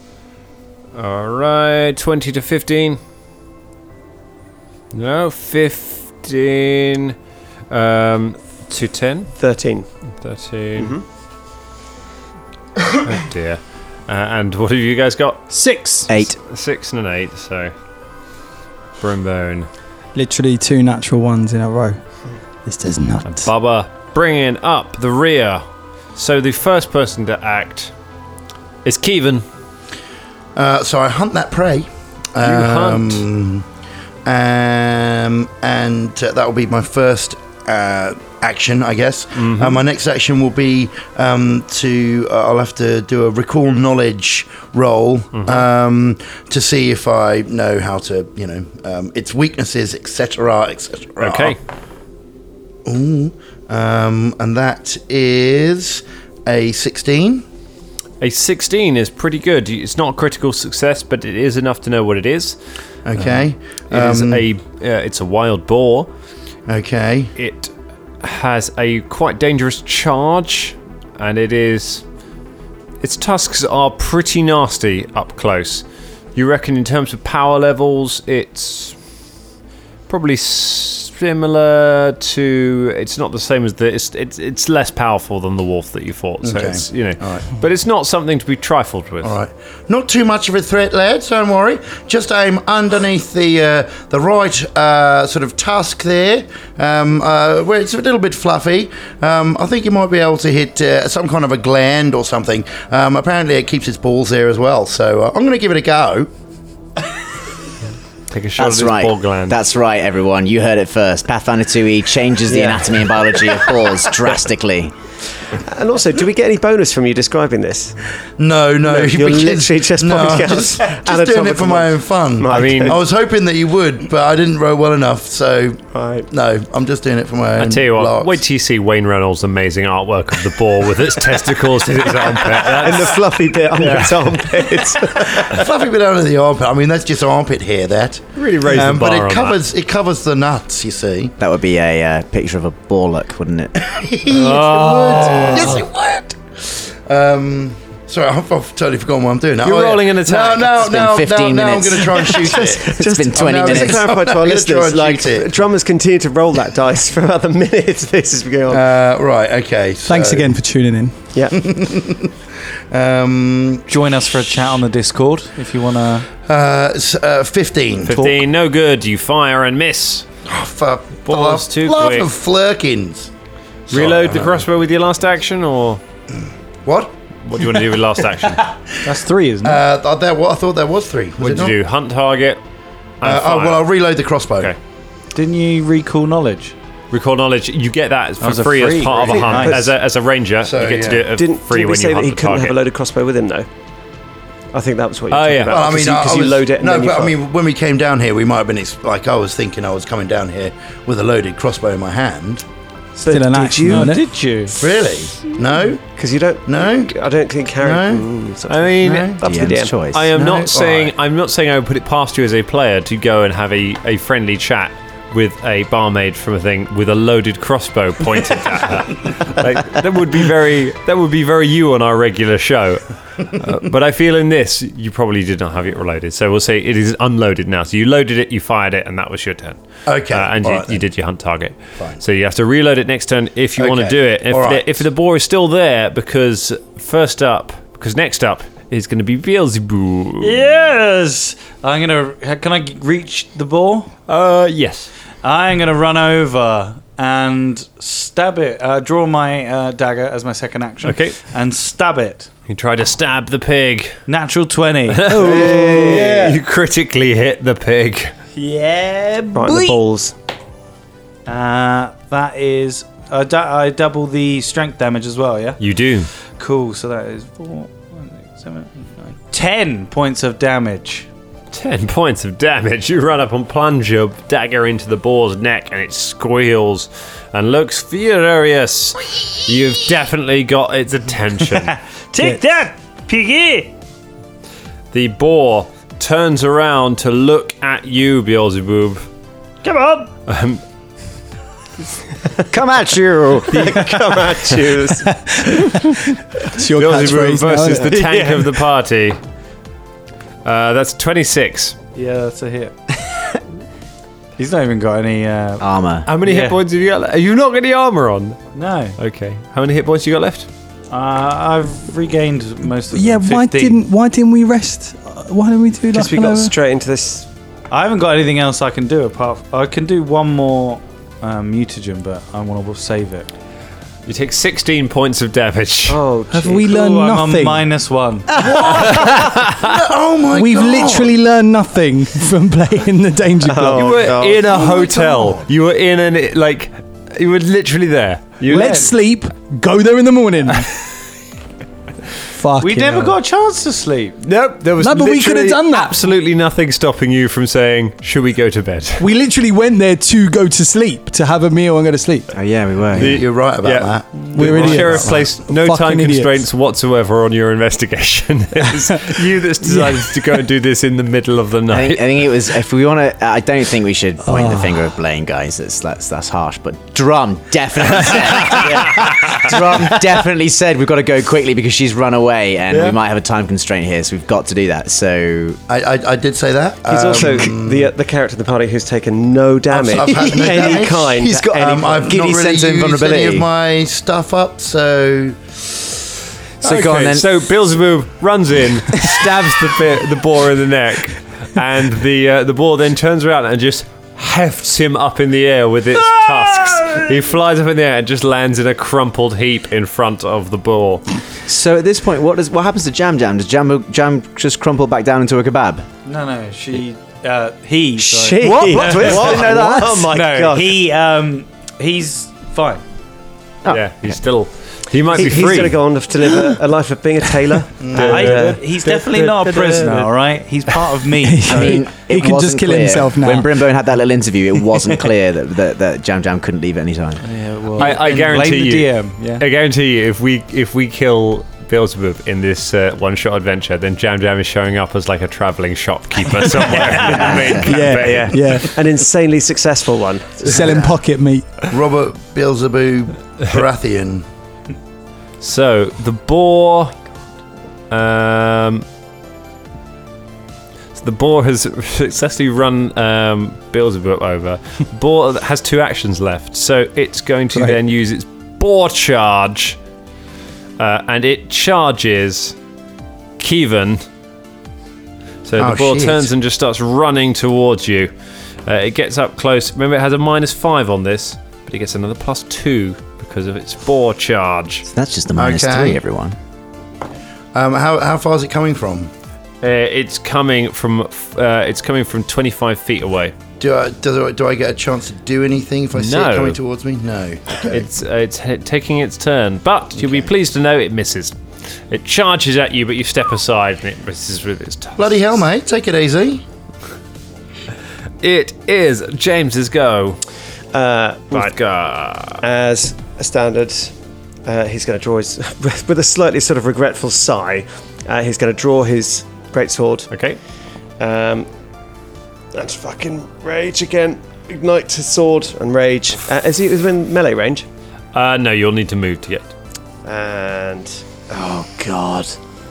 S3: All right. 20 to 15. No, 15 um, to 10.
S4: Thirteen.
S3: 13. oh dear. Uh, and what have you guys got?
S7: Six.
S11: Eight.
S3: A Six and an eight, so. Brimbone.
S7: Literally two natural ones in a row. Mm. This does not.
S3: Bubba bringing up the rear. So the first person to act is Keevan.
S1: Uh, so I hunt that prey.
S3: hunt.
S1: Um, um, and uh, that will be my first uh, action, I guess. Uh, my next action will be um, to uh, I'll have to do a recall knowledge roll um, to see if I know how to, you know, um, its weaknesses, etc., etc.
S3: Okay.
S1: Ooh, um, and that is a 16.
S3: A 16 is pretty good. It's not a critical success, but it is enough to know what it is.
S1: Okay.
S3: It is
S1: Um,
S3: a uh, it's a wild boar.
S1: Okay.
S3: It has a quite dangerous charge, and it is its tusks are pretty nasty up close. You reckon in terms of power levels, it's probably similar to. It's not the same as the. It's it's, it's less powerful than the wolf that you fought. So
S1: Okay.
S3: it's you know,
S1: All right.
S3: but it's not something to be trifled with.
S1: All right. Not too much of a threat, lads. Don't worry. Just aim underneath the uh, the right uh, sort of tusk there, um, uh, where it's a little bit fluffy. Um, I think you might be able to hit uh, some kind of a gland or something. Um, apparently, it keeps its balls there as well. So uh, I'm going to give it a go.
S3: Take a shot
S6: That's
S3: at this
S6: right.
S3: ball gland.
S6: That's right, everyone. You heard it first. Pathfinder 2e changes the anatomy and biology of balls drastically.
S4: And also, do we get any bonus from you describing this?
S1: No, no,
S4: you're
S1: because-
S4: literally just
S1: no,
S4: podcast
S1: I'm just, just doing
S4: anatomical
S1: it for my own fun.
S4: I
S3: mean-
S1: I was hoping that you would, but I didn't row well enough. So
S4: Right.
S1: no, I'm just doing it for my own.
S3: I tell you what,
S1: larks.
S3: wait till you see Wayne Reynolds' amazing artwork of the boar with its testicles in its armpit. That's-
S4: And the fluffy bit under its armpit.
S1: fluffy bit under the armpit. I mean, that's just armpit hair. That Um,
S3: Really raised the bar on
S1: but
S3: that.
S1: it covers it covers the nuts. You see,
S6: That would be a uh, picture of a borlock, wouldn't it?
S3: Oh.
S1: yes, it would. Um, sorry, I've, I've totally forgotten what I'm doing. Now. Oh,
S3: You're
S1: yeah.
S3: rolling an attack.
S1: No, no,
S6: It's been
S1: no, no,
S6: 15
S1: no, I'm
S6: minutes.
S1: going to try and shoot it.
S6: it's been 20
S1: oh, no,
S4: Just to
S1: it's
S6: minutes.
S1: a
S4: clarify to our
S1: I'm gonna try
S4: listeners,
S1: and
S4: like
S1: shoot it.
S4: drummers continue to roll that dice for another minute. This is going on.
S1: Uh, right. Okay. so,
S7: Thanks again for tuning in.
S4: yeah.
S1: Um,
S9: Join us for a chat on the Discord if you want to.
S1: uh, s- uh, Fifteen.
S3: 15, no good. You fire and miss.
S1: Oh, for
S3: Balls
S1: for
S3: too
S1: love
S3: quick.
S1: of flirkins.
S3: Reload the crossbow with your last action, or
S1: What?
S3: what do you want to do with last action?
S9: That's three, isn't it?
S1: Uh, th- that, what I thought there was three. Was
S3: What
S1: it
S3: did
S1: not?
S3: you do? Hunt target. and
S1: Uh, oh,
S3: fire.
S1: well, I'll reload the crossbow.
S3: Okay.
S9: Didn't you recall knowledge?
S3: Recall knowledge. You get that for
S9: was a
S3: free, as
S9: free,
S3: part of a
S9: really
S3: hunt.
S4: nice.
S3: As a, as a ranger,
S1: So,
S3: you get to
S1: yeah.
S3: do it
S4: Didn't,
S3: free
S4: didn't we
S3: when
S4: say
S3: you
S4: that
S3: hunt
S4: he
S3: the
S4: couldn't
S3: target.
S4: have a loaded crossbow with him, though? I think that was what you were
S3: Oh,
S4: talking
S3: yeah.
S4: about.
S1: Well, I mean,
S4: because
S1: I
S4: you
S1: was-
S4: load it and
S1: no,
S4: then you
S1: but I
S4: fire.
S1: mean, when we came down here, we might have been ex- like I was thinking I was coming down here with a loaded crossbow in my hand.
S7: Still an
S4: did
S7: action,
S4: you?
S7: aren't it?
S9: Did you?
S1: Really? No,
S4: Because you don't.
S1: no.
S4: I don't think Harry.
S1: No.
S4: Mm, so-
S3: I mean,
S1: No.
S4: up to the
S6: DM's
S4: DM.
S6: choice.
S3: I am
S1: No?
S3: not saying
S1: Alright.
S3: I'm not saying I would put it past you as a player to go and have a, a friendly chat with a barmaid from a thing with a loaded crossbow pointed at her. Like, that would be very that would be very you on our regular show. Uh, but I feel in this you probably did not have it reloaded, so we'll say it is unloaded now. So you loaded it, you fired it, and that was your turn.
S1: Okay,
S3: uh, and you,
S1: alright
S3: you
S1: then.
S3: did your hunt target. So you have to reload it next turn if you want to
S1: Okay,
S3: do it. If,
S1: alright.
S3: the, if the boar is still there, because first up, because next up is going to be Beelzebub.
S9: Yes. I'm gonna. Can I g- reach the ball?
S3: Uh, yes.
S9: I'm gonna run over and stab it. Uh, draw my uh, dagger as my second action.
S3: Okay.
S9: And stab it.
S3: You try to stab the pig.
S9: Natural twenty.
S3: You critically hit the pig.
S9: yeah.
S4: Right in the balls.
S9: Uh, that is. I du- I double the strength damage as well. Yeah.
S3: You do.
S9: Cool. So that is four, one, six, seven, eight, nine, ten points of damage.
S3: Ten points of damage. You run up and plunge your dagger into the boar's neck, and it squeals and looks furious. You've definitely got its attention.
S8: Take that, piggy!
S3: the boar turns around to look at you, Beelzebub.
S8: Come on!
S6: Come at you!
S4: Come at you.
S7: It's your
S3: Beelzebub
S7: catchphrase now,
S3: versus
S7: isn't
S3: the
S7: it?
S3: tank of the party. Uh, that's 26.
S9: Yeah, that's a hit. He's not even got any. Uh,
S6: Armor.
S3: How many
S9: Yeah.
S3: hit points have you got? le- Have you not got any armor on?
S9: no,
S3: Okay. How many hit points you got left?
S9: uh, I've regained most of.
S7: Yeah,
S9: them,
S7: why
S9: 15.
S7: didn't why didn't we rest? Uh, Why didn't we do
S4: Because
S7: that?
S4: we got straight into this.
S9: I haven't got anything else I can do apart. F- I can do one more um, mutagen, but I want to save it.
S3: You take 16 points of damage.
S4: Oh,
S7: Have
S4: gee.
S7: we learned
S9: Ooh, I'm on
S7: nothing? Ah.
S9: minus one.
S1: Oh my
S7: We've
S1: god!
S7: literally learned nothing from playing the Danger
S4: Oh,
S7: Club.
S3: you were
S4: God.
S3: in a hotel. You were in an like you were literally there. You
S7: Let's sleep. Go there in the morning.
S2: Fuck.
S9: We never got a chance to sleep.
S3: Nope, there was
S2: No, but we
S3: literally
S2: could've done that.
S3: Absolutely nothing stopping you from saying, "Should we go to bed?"
S2: We literally went there to go to sleep, to have a meal and go to sleep.
S6: Oh yeah, we were.
S3: The-
S1: You're right about
S3: yeah.
S1: that.
S2: We're
S3: the
S2: idiots.
S3: sheriff placed no
S2: Fucking
S3: time
S2: idiots.
S3: constraints whatsoever on your investigation. it was you that's decided to go and do this in the middle of the
S6: I
S3: night.
S6: think, I think it was. If we want to, I don't think we should point the finger at Blaine, guys. That's that's, that's harsh. But Drum definitely said. Yeah. Drum definitely said we've got to go quickly because she's run away and we might have a time constraint here, so we've got to do that. So
S1: I, I, I did say that.
S4: He's also the uh, the character in the party who's taken no damage,
S1: I've had no
S4: any
S1: damage.
S4: kind.
S6: He's got-
S4: any
S1: Um,
S4: kind.
S1: I've not
S6: Giddy
S1: really used
S6: sense of
S1: any of
S6: vulnerability.
S1: my stuff up, so
S6: so go on
S3: Okay,
S6: then.
S3: So Beelzebub runs in, stabs the bi- the boar in the neck, and the uh, the boar then turns around and just hefts him up in the air with its tusks. He flies up in the air and just lands in a crumpled heap in front of the boar.
S6: So at this point, what does what happens to Jam Jam? Does Jam Jam just crumple back down into a kebab?
S9: No, no, she. Uh, he. sorry.
S4: Shit.
S6: What? Plot twist? Didn't know that.
S4: Oh my
S3: No.
S4: god.
S9: He. Um, he's fine.
S6: Oh.
S3: yeah, he's still. He might
S4: He-
S3: be
S4: he's
S3: free.
S4: going to go on to live a, a life of being a tailor.
S8: I,
S4: Yeah.
S8: he's definitely not a prisoner, all right? He's part of me.
S6: I mean,
S2: he
S6: it
S2: can just
S6: wasn't
S2: kill
S6: clear.
S2: himself now.
S6: When Brimbone had that little interview, it wasn't clear that, that, that Jam Jam couldn't leave at any time.
S9: Yeah, well,
S3: I- I
S9: and
S3: guarantee
S9: blame
S3: you.
S9: The DM. Yeah.
S3: I guarantee you, if we if we kill Beelzebub in this uh, one shot adventure, then Jam Jam is showing up as like a traveling shopkeeper somewhere. yeah.
S2: Yeah, yeah,
S4: An insanely successful one.
S2: Selling pocket meat.
S1: Robert Beelzebub Baratheon.
S3: So the boar, um, so the boar has successfully run um, Beelzebub over. boar has two actions left, so it's going to then use its boar charge, uh, and it charges Kevin. So
S1: Oh,
S3: the boar
S1: shit.
S3: turns and just starts running towards you. Uh, it gets up close. Remember, it has a minus five on this, but it gets another plus two because of its boar charge.
S6: That's just the minus
S1: Okay.
S6: three, everyone.
S1: Um, how, how far is it coming from?
S3: Uh, it's coming from uh, it's coming from 25 feet away.
S1: Do I, do, I- do I get a chance to do anything if I see
S3: No.
S1: it coming towards me? No. Okay.
S3: It's uh, it's he- taking its turn, but you'll be pleased to know it misses. It charges at you, but you step aside and it misses with its tusks.
S1: Bloody hell, mate. Take it easy.
S3: It is James's go.
S4: Uh,
S3: Right. go.
S4: as a standard, uh, he's going to draw his with a slightly sort of regretful sigh. Uh, he's going to draw his greatsword
S3: Okay.
S4: Um, and fucking rage again. Ignite his sword and rage. Uh, is he is he in melee range?
S3: Uh, no, you'll need to move to get.
S4: And oh god,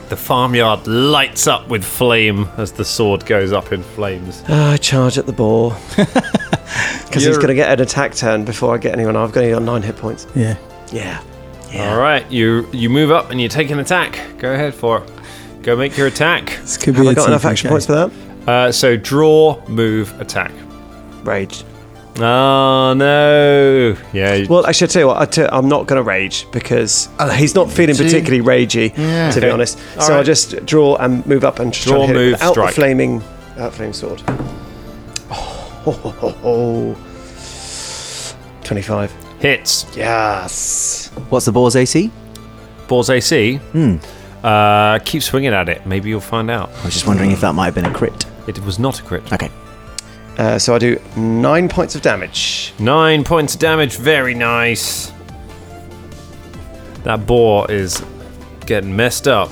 S3: The farmyard lights up with flame as the sword goes up in flames.
S4: Ah, I charge at the boar because he's
S3: You're-
S4: going to get an attack turn before I get anyone. I've only got nine hit points.
S2: Yeah.
S4: Yeah.
S3: All right, you you move up and you take an attack. Go ahead for it. Go make your attack.
S2: This could
S4: Have
S2: be
S4: I
S2: a
S4: got enough
S2: TV
S4: action
S2: show.
S4: points for that?
S3: Uh, so draw, move, attack.
S4: Rage.
S3: Oh no! Yeah, you-
S4: Well, actually, I tell you what, I tell, I'm not going to rage because he's not feeling
S1: too.
S4: particularly ragey,
S1: Yeah.
S4: to be honest.
S3: All
S4: so
S3: right.
S4: I just draw and move up and just
S3: Draw,
S4: try and hit
S3: move,
S4: it without
S3: strike.
S4: the flaming, out flame sword. Oh, ho, ho, ho, ho. 25.
S3: hits.
S4: Yes.
S6: What's the boar's AC?
S3: Boar's AC. Uh, keep swinging at it. Maybe you'll find out.
S6: I was just wondering if that might have been a crit.
S3: It was not a crit.
S6: Okay.
S4: Uh, so I do nine points of damage.
S3: Nine points of damage. Very nice. That boar is getting messed up.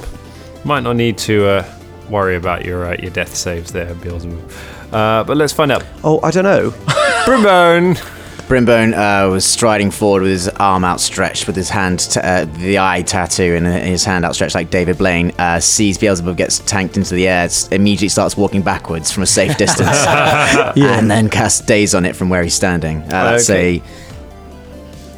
S3: Might not need to uh, worry about your uh, your death saves there, Beelzebub. Uh, but let's find out.
S4: Oh, I don't know.
S3: Brimbone.
S6: Brimbone uh, was striding forward with his arm outstretched, with his hand, t- uh, the eye tattoo in his hand outstretched like David Blaine, uh, sees Beelzebub, gets tanked into the air, s- immediately starts walking backwards from a safe distance, and then casts Daze on it from where he's standing. Uh, that's
S3: Okay.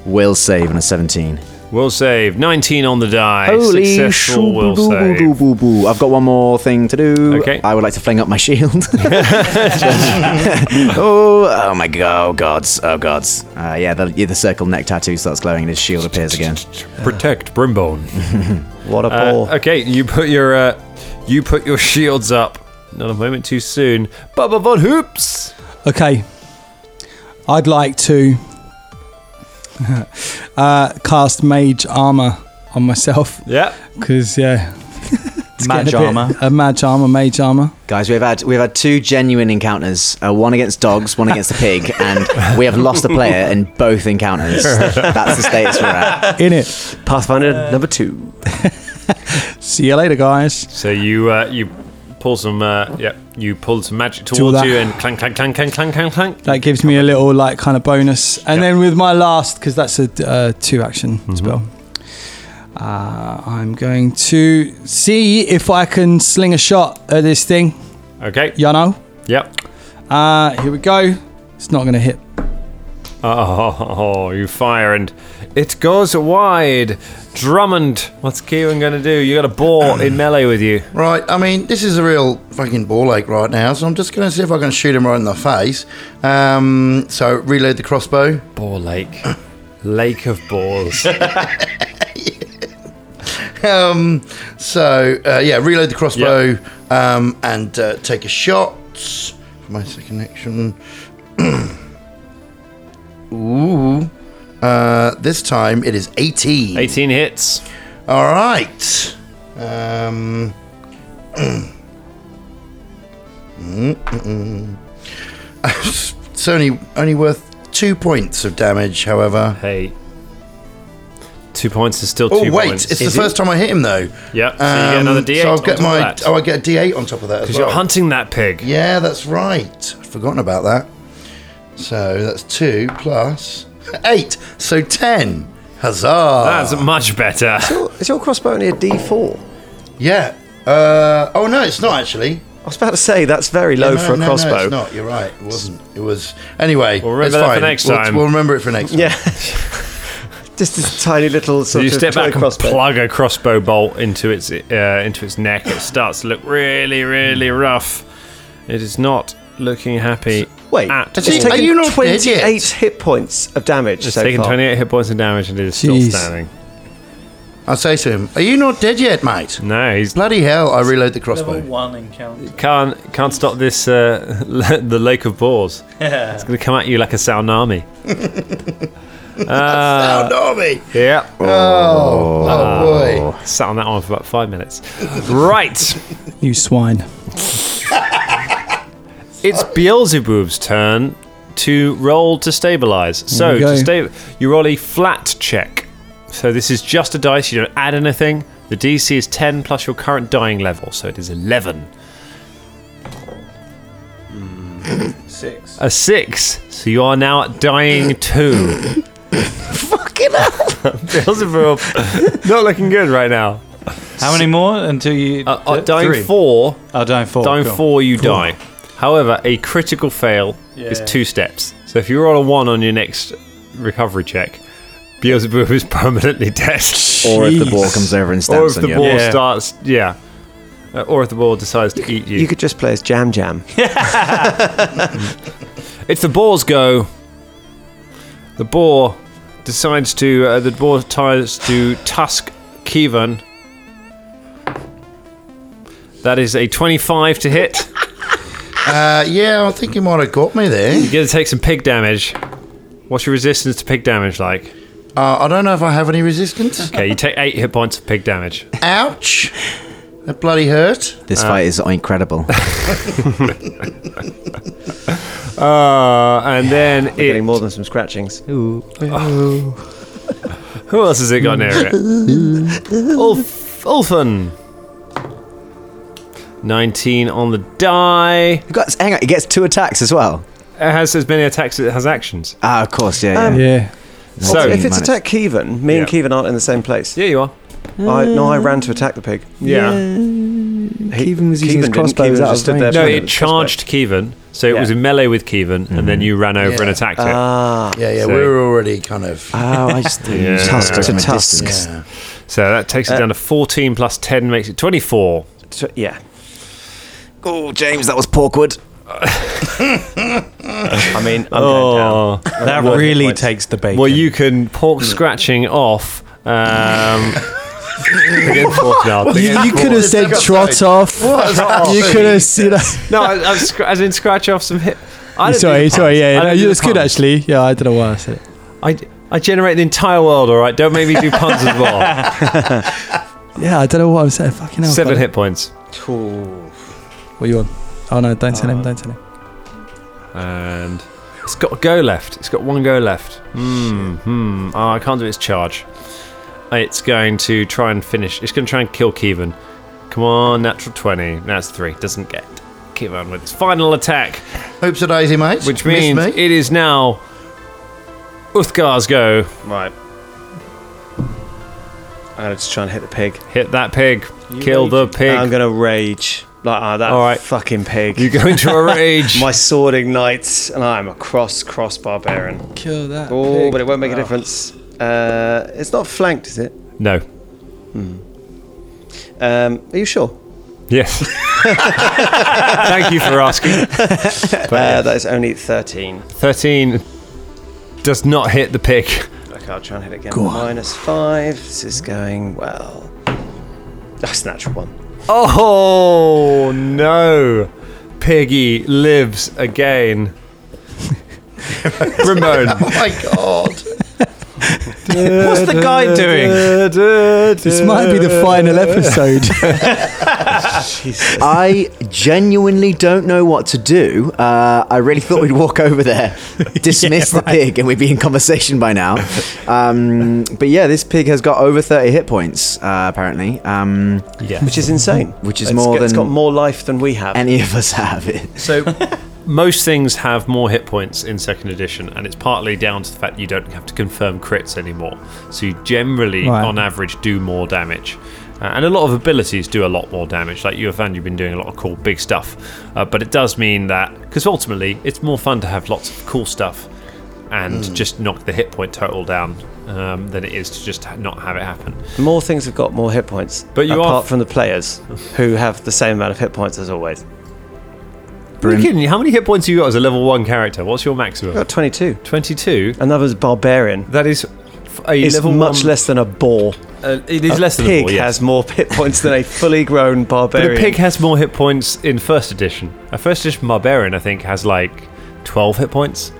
S6: a will save on a 17.
S3: Will save. 19 on the die. Successful
S6: shoo-
S3: will
S6: boo- boo- boo-
S3: save.
S6: boo- boo. I've got one more thing to do.
S3: Okay.
S6: I would like to fling up my shield. oh, oh my god, oh gods, oh gods. Uh, yeah, the, yeah, the circle neck tattoo starts glowing and his shield appears again.
S3: Protect Brimbone.
S4: What a
S3: Uh,
S1: Oh.
S4: bore.
S3: okay, you put your uh, you put your shields up. Not a moment too soon. Bubba von Hoops.
S2: Okay. I'd like to uh, cast mage armor on myself
S3: Yeah.
S2: because yeah,
S7: getting
S9: Mage
S7: a bit-
S9: armor.
S7: A mage armor, mage armor.
S6: Guys, we've had we've had two genuine encounters. Uh, one against dogs, one against the pig, and we have lost a player in both encounters. That's the status we're at.
S7: In it.
S4: Pathfinder number two.
S7: See you later, guys.
S3: So you uh, you pull some uh, yeah you pull some magic
S7: all
S3: towards
S7: that.
S3: you and clank clank clank clank clank clank clank.
S7: That gives me a little like kind of bonus. And then with my last, because that's a uh, two action
S9: Mm-hmm.
S7: spell, uh, I'm going to see if I can sling a shot at this thing.
S3: Okay.
S7: You know?
S3: Yep.
S7: Uh, here we go. It's not going to hit.
S3: Oh, you fire and it goes wide. Drummond, what's Kieran going to do? You got a ball in melee with you.
S1: Right, I mean, this is a real fucking ball ache right now, so I'm just going to see if I can shoot him right in the face. Um, so, reload the crossbow.
S3: Ball lake. Lake of balls.
S1: Um, so, uh, yeah, reload the crossbow um, and uh, take a shot. My second action. Ooh. Uh, this time it is 18.
S3: 18 hits.
S1: All right. Um, Mm-mm-mm. it's only only worth two points of damage. However,
S3: Hey. Two points is still two
S1: oh wait,
S3: points.
S1: it's the first time I hit him though.
S3: Yeah, so you get another
S1: Um,
S3: D8
S1: So
S3: on
S1: I'll
S3: top
S1: get
S3: of
S1: my
S3: that.
S1: oh, I get a D8 on top of that as
S3: Because
S1: well.
S3: you're hunting that pig.
S1: yeah, that's right. I'd forgotten about that. So that's two plus eight, so ten. Huzzah!
S3: That's much better.
S4: Is your crossbow only a D4?
S1: yeah. Uh, oh no, it's not actually.
S4: I was about to say that's very low
S1: no,
S4: for a
S1: no,
S4: crossbow.
S1: No, it's not. You're right. It wasn't. It was. Anyway,
S3: We'll remember
S1: it's
S3: that for
S1: fine.
S3: next
S1: We'll-
S3: time.
S1: We'll, remember it for next time.
S4: Yeah. Just this tiny little
S3: So
S4: sort
S3: you
S4: of
S3: step
S4: toy
S3: back and
S4: crossbow.
S3: plug a crossbow bolt into its uh, into its neck. It starts to look really,
S4: Hmm.
S3: really rough. It is not looking happy.
S4: Wait,
S3: at
S4: it's
S3: all.
S1: Are
S4: taken
S1: you not an
S4: 28
S1: idiot?
S4: hit points of damage
S3: It's
S4: so
S3: taken
S4: far.
S3: 28 hit points of damage and it is
S7: Jeez.
S3: still standing.
S1: I say to him, "Are you not dead yet, mate?"
S3: No, he's
S1: Bloody hell! I reload the
S9: Level
S1: crossbow.
S9: one encounter.
S3: can't can't stop this. Uh, the lake of balls. It's going to come at you like a Salnami.
S1: Oh no, me!
S3: Yeah.
S1: Oh, oh boy!
S3: Sat on that one for about five minutes. right.
S7: You swine.
S3: It's Beelzebub's turn to roll to stabilize. So
S7: we go.
S3: to sta- you roll a flat check. So this is just a dice. You don't add anything. The DC is ten plus your current dying level, so it is eleven.
S9: Six.
S3: A six. So you are now at dying two. Fucking hell! Beelzebub, not looking good right now.
S9: How many more until you?
S3: Uh, uh,
S9: Th-
S3: dying
S9: three.
S3: four.
S9: Oh, dying four.
S3: Dying
S9: cool.
S3: four, you die. However, a critical fail is
S9: Yeah.
S3: two steps. So if you roll a one on your next recovery check, Beelzebub is permanently dead.
S6: Or if the ball comes over and
S3: or if
S6: stamps
S3: the
S6: on you.
S3: ball
S9: Yeah.
S3: starts, yeah. Uh, or if the ball decides to eat you.
S4: You could just play as Jam Jam.
S3: It's the boar's go. The boar decides to. Uh, the boar decides to tusk Kevin. That is a 25 to hit.
S1: Uh, yeah, I think he might have got me there.
S3: You're gonna take some pig damage. What's your resistance to pig damage like?
S1: Uh, I don't know if I have any resistance.
S3: Okay, you take eight hit points of pig damage.
S1: Ouch! That bloody hurt.
S6: This fight is incredible.
S3: Uh, and then
S4: Getting
S3: it.
S4: more than some scratchings.
S3: Who else has it got near it? Ulf, Ulfin. 19 on the die.
S6: It got- hang on, it gets two attacks as well.
S3: It has as many attacks as it has actions.
S6: Ah, of course, yeah, yeah.
S9: Um,
S7: Yeah.
S3: So-
S4: if it's
S6: Minus-
S4: attack Keevan, me and
S3: Yeah.
S4: Keevan aren't in the same place.
S3: Yeah, you are.
S4: I, no, I ran to attack the pig.
S3: Yeah.
S6: Keevan was using his
S4: Keevan didn't.
S6: crossbow.
S4: Keevan
S6: was out
S4: just stood
S6: of
S4: there
S6: range.
S3: No,
S4: Yeah,
S3: it
S4: that's
S3: charged Kevin, so it was
S4: Yeah.
S3: in melee with Kevin, and then you ran over and
S1: Yeah.
S3: attacked it.
S4: Ah.
S1: Yeah, yeah,
S3: So-
S1: we were already kind of.
S6: Oh, I just thought
S3: Yeah.
S6: yeah.
S4: Tusk to tusk.
S1: Yeah.
S3: So that takes it
S4: uh,
S3: down to 14 plus 10 makes it 24.
S4: So, yeah.
S6: Oh, James, that was porkward.
S4: I mean,
S3: Oh.
S4: I'm going down.
S9: That
S4: Well,
S9: really
S4: points.
S9: takes the bait.
S3: Well, you can pork scratching off. Um, against Fortnite.
S7: You, you could have said trot off. You could have said.
S3: no, I, I, scr- as in scratch off some hit. I don't
S7: Sorry,
S3: do the
S7: sorry.
S3: puns. I
S7: Yeah,
S3: don't
S7: no,
S3: do
S7: you-
S3: the
S7: it's good
S3: puns.
S7: actually. Yeah, I don't know why I said it.
S3: I, I generate the entire world, all right? Don't make me do puns as well.
S7: Yeah, I don't know what I'm saying. Fucking hell.
S3: Seven
S7: Colin.
S3: hit points.
S7: What you on? Oh no, don't tell him. Don't tell him.
S3: And it's got a go left. It's got one go left. Hmm. Hmm. Oh, I can't do its charge. It's going to try and finish. It's going to try and kill Kevin. Come on, natural 20. That's three. Doesn't get Kevin with its final attack,
S1: Hopes and eyes, he might.
S3: which
S1: Miss
S3: means
S1: me.
S3: it is now Uthgar's go.
S4: Right. I'm gonna just try and hit the pig.
S3: Hit that pig. kill the pig.
S4: I'm gonna rage. Like ah, that
S3: All right.
S4: fucking pig.
S3: you go into a rage.
S4: My sword ignites, and I'm a cross cross barbarian.
S7: Kill that.
S4: Oh, but it won't make a difference. Uh, it's not flanked, is it?
S3: no.
S4: Um, are you sure?
S3: Yes. Thank you for asking.
S4: Uh, that is only 13.
S3: 13 does not hit the pig.
S4: Okay, I'll try and hit it again. Minus five. This is going well. That's a natural one.
S3: Oh no. Piggy lives again. Ramon.
S1: Oh my god.
S9: What's the guy doing?
S7: This might be the final episode.
S6: I genuinely don't know what to do. Uh, I really thought we'd walk over there, dismiss the pig, and we'd be in conversation by now. Um, but yeah, this pig has got over 30 hit points, uh, apparently, um,
S3: Yeah.
S4: Which is insane.
S6: which is
S4: It's
S6: more
S4: got- It's
S6: than
S4: got more life than we have.
S6: any of us have it.
S3: So most things have more hit points in second edition and it's partly down to the fact you don't have to confirm crits anymore. So you generally
S7: Right.
S3: on average do more damage. Uh, and a lot of abilities do a lot more damage. Like you have found you've been doing a lot of cool big stuff. Uh, but it does mean that because ultimately it's more fun to have lots of cool stuff and just knock the hit point total down um, than it is to just ha- not have it happen.
S4: More things have got more hit points.
S3: But you
S4: apart
S3: are-
S4: from the players who have the same amount of hit points as always.
S3: Are you kidding? How many hit points have you got as a level one character? What's your maximum?
S4: Got 22.
S3: 22.
S4: Another's barbarian.
S3: That is f- a
S4: Is
S3: level
S4: much
S3: one-
S4: less than a boar.
S3: Uh, it is less than
S4: pig
S3: a ball, yes.
S4: has more hit points than a fully grown
S3: but
S4: barbarian.
S3: a pig has more hit points in first edition. A first edition barbarian, I think, has like 12 hit points.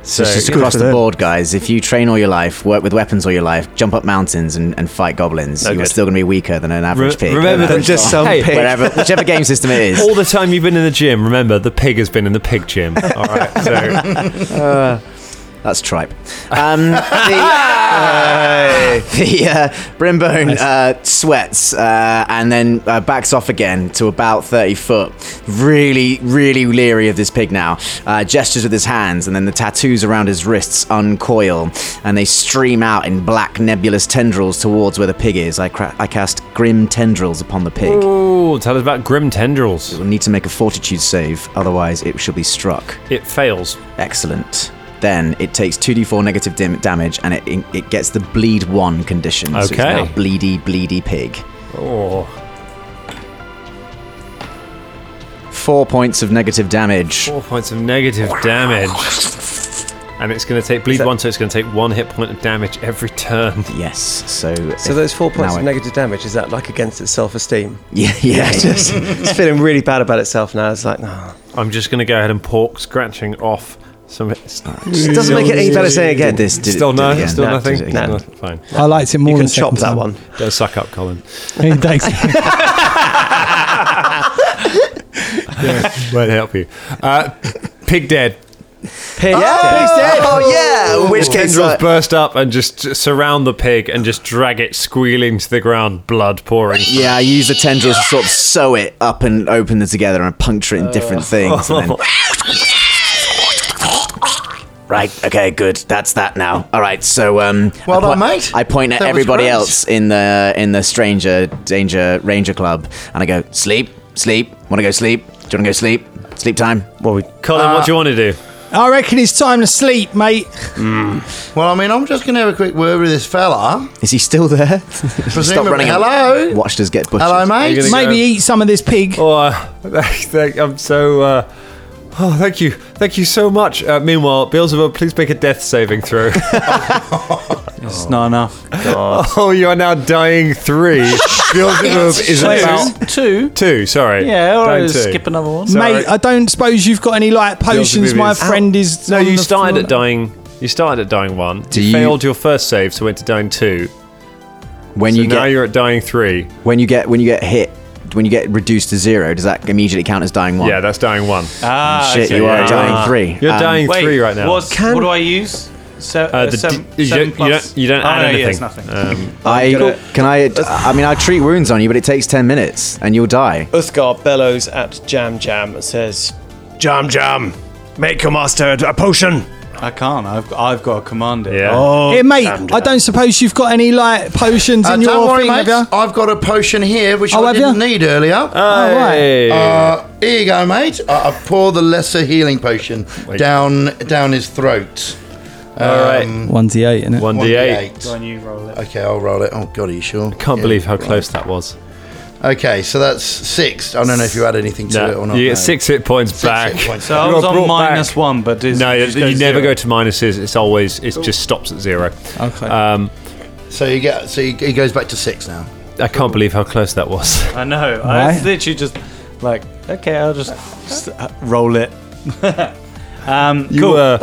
S6: So it's just across the board, guys. If you train all your life, work with weapons all your life, jump up mountains and, and fight goblins,
S4: No
S6: you're
S4: good.
S6: still going to be weaker than an average
S3: Re-
S6: pig.
S3: remember
S6: Than
S3: that
S6: an
S4: just some
S3: Hey,
S4: pig.
S6: whatever, whichever game system it is.
S3: All the time you've been in the gym, remember the pig has been in the pig gym. All right, so
S6: That's tripe. Um, the the uh, Brimbone uh, sweats uh, and then uh, backs off again to about 30 foot. Really, really leery of this pig now. Uh, gestures with his hands, and then the tattoos around his wrists uncoil and they stream out in black, nebulous tendrils towards where the pig is. I, cra- I cast grim tendrils upon the pig.
S3: Ooh, tell us about grim tendrils.
S6: We'll need to make a fortitude save, otherwise, it shall be struck.
S3: It fails.
S6: Excellent. Then it takes 2d4 negative dim- damage and it, it gets the bleed 1 condition. So it's
S3: Okay.
S6: now bleedy, bleedy pig.
S3: Oh,
S6: Four points of negative damage.
S3: four points of negative damage. And it's going to take bleed one, so it's going to take one hit point of damage every turn.
S6: Yes. So.
S4: so those four points
S6: now
S4: of
S6: it-
S4: negative damage, is that like against its self-esteem?
S6: Yeah, yeah.
S4: Just, it's feeling really bad about itself now. It's like, no.
S3: I'm just going to go ahead and pork scratching off some.
S4: It doesn't make it any better saying
S6: Did
S4: again.
S6: this, did it-
S3: Still
S6: did it
S3: no,
S6: again.
S3: still
S4: No,
S3: nothing.
S4: did it again.
S3: No, Fine.
S7: I liked it more
S4: You
S7: than
S4: can
S7: the second
S4: chop that
S7: time.
S4: one.
S3: Don't suck up, Colin.
S7: Thanks.
S3: Won't help you. Uh, pig dead.
S4: Pig.
S6: Oh, yeah! Which case.
S3: Tendrils
S6: Uh,
S3: burst up and just surround the pig and just drag it squealing to the ground, blood pouring.
S6: yeah, I use the tendrils to sort of sew it up and open them together and puncture it in different
S1: Oh.
S6: things. And then
S5: Right, okay, good. That's that now.
S6: All right, so um,
S1: Well
S6: I
S1: done, mate.
S6: I point at
S1: That was
S6: everybody
S1: great.
S6: else in the in the stranger danger ranger club, and I go sleep, sleep. Want to go sleep? Do you want to go sleep? Sleep time.
S4: Well, we,
S3: Colin, what do you want to do?
S7: I reckon it's time to sleep, mate.
S1: Well, I mean, I'm just going to have a quick word with this fella.
S6: Is he still there?
S1: Presumably-
S6: and
S1: hello?
S6: Watched us get butchered.
S1: Hello, mate.
S3: gonna-
S7: Maybe eat some of this pig.
S3: Oh, uh, thank- thank- I'm so. Uh, oh, thank you. Thank you so much. Uh, meanwhile, Beelzebub, please make a death saving throw.
S9: It's not enough.
S3: oh, you are now dying three. Beelzebub is about
S8: Two.
S3: two, sorry.
S8: Yeah, or
S3: Dying two.
S8: skip another one.
S3: Sorry.
S7: Mate, I don't suppose you've got any like potions. My
S3: Ow.
S7: friend is.
S3: No,
S7: on
S3: you
S7: the
S3: started
S7: floor.
S3: at dying. You started at dying one. You,
S6: you-
S3: failed your first save, so went to dying two.
S6: When
S3: So
S6: you
S3: now
S6: get
S3: you're at dying three.
S6: when you get when you get hit when you get reduced to zero, does that immediately count as dying one?
S3: Yeah, that's dying one.
S9: Ah,
S6: Shit,
S9: okay,
S6: you are
S9: yeah,
S6: dying
S9: yeah.
S6: three.
S3: You're
S6: Um,
S3: dying three right now.
S9: What's, what do I use? Se- uh,
S3: Uh, the
S9: seven,
S3: d- you,
S9: seven
S3: don't, you
S9: plus-
S3: don't. You don't
S9: Oh,
S3: add
S9: no, yeah, it's
S3: anything.
S9: nothing.
S3: Um,
S6: I
S13: Gotta-
S6: can I. uh, I mean, I treat wounds on you, but it takes ten minutes, and you'll die.
S13: Uthgar bellows at Jam Jam and says, Jam Jam, make your master a potion.
S9: I can't. I've got, I've got to command it.
S3: yeah.
S13: Oh,
S7: Hey, mate,
S13: Jam
S7: I
S13: Jam."
S7: don't suppose you've got any like potions
S1: Uh,
S7: in your
S1: don't worry,
S7: thing,
S1: mate.
S7: have you?
S1: I've got a potion here which
S7: Oh,
S1: I
S7: have ya?
S1: didn't need earlier.
S7: Oh, right.
S3: Hey.
S1: Uh, here you go, mate. I, I pour the lesser healing potion down down his throat.
S3: All right.
S7: One D eight, innit?
S3: Uh, One d eight.
S1: One D8. Okay, I'll roll it. Oh God, are you sure?
S3: Can't
S1: Yeah.
S3: believe how close that was.
S1: Okay, so that's six. I don't know if you add anything to
S3: No,
S1: it or not.
S3: you
S1: no.
S3: get six hit points
S1: Six
S3: back.
S1: hit points.
S9: So I
S3: You
S9: was
S3: got
S9: on
S3: brought
S9: minus
S3: back.
S9: one, but it's,
S3: No,
S9: it
S3: you,
S9: just goes
S3: never
S9: zero.
S3: go to minuses. It's always it just stops at zero.
S7: Okay.
S3: Um,
S1: So you get. So he he goes back to six now.
S3: I can't believe how close that was.
S9: I know. I
S7: Right.
S9: was literally just like, okay, I'll just, just uh, roll it. um,
S3: You uh,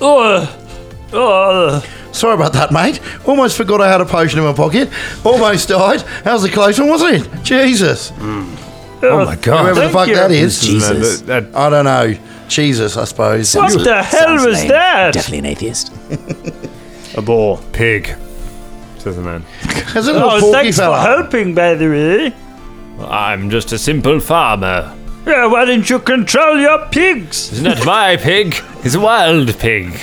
S9: cool.
S3: were-
S1: Sorry about that, mate. Almost forgot I had a potion in my pocket. Almost died. How's the close one, wasn't it? Jesus.
S3: oh my god!
S1: Whoever the
S8: thank
S1: fuck
S8: you.
S1: that is.
S3: Jesus. That- that-
S1: I don't know. Jesus, I suppose.
S8: What the hell
S5: Sounds
S8: was
S5: lame.
S8: that?
S5: Definitely an atheist.
S13: A boar.
S3: pig. Says the man.
S1: There's a little
S8: Oh,
S1: porky
S8: thanks for
S1: fella.
S8: helping, by the way.
S3: I'm just a simple farmer.
S8: Yeah, why didn't you control your pigs?
S3: It's not my pig. It's a wild pig.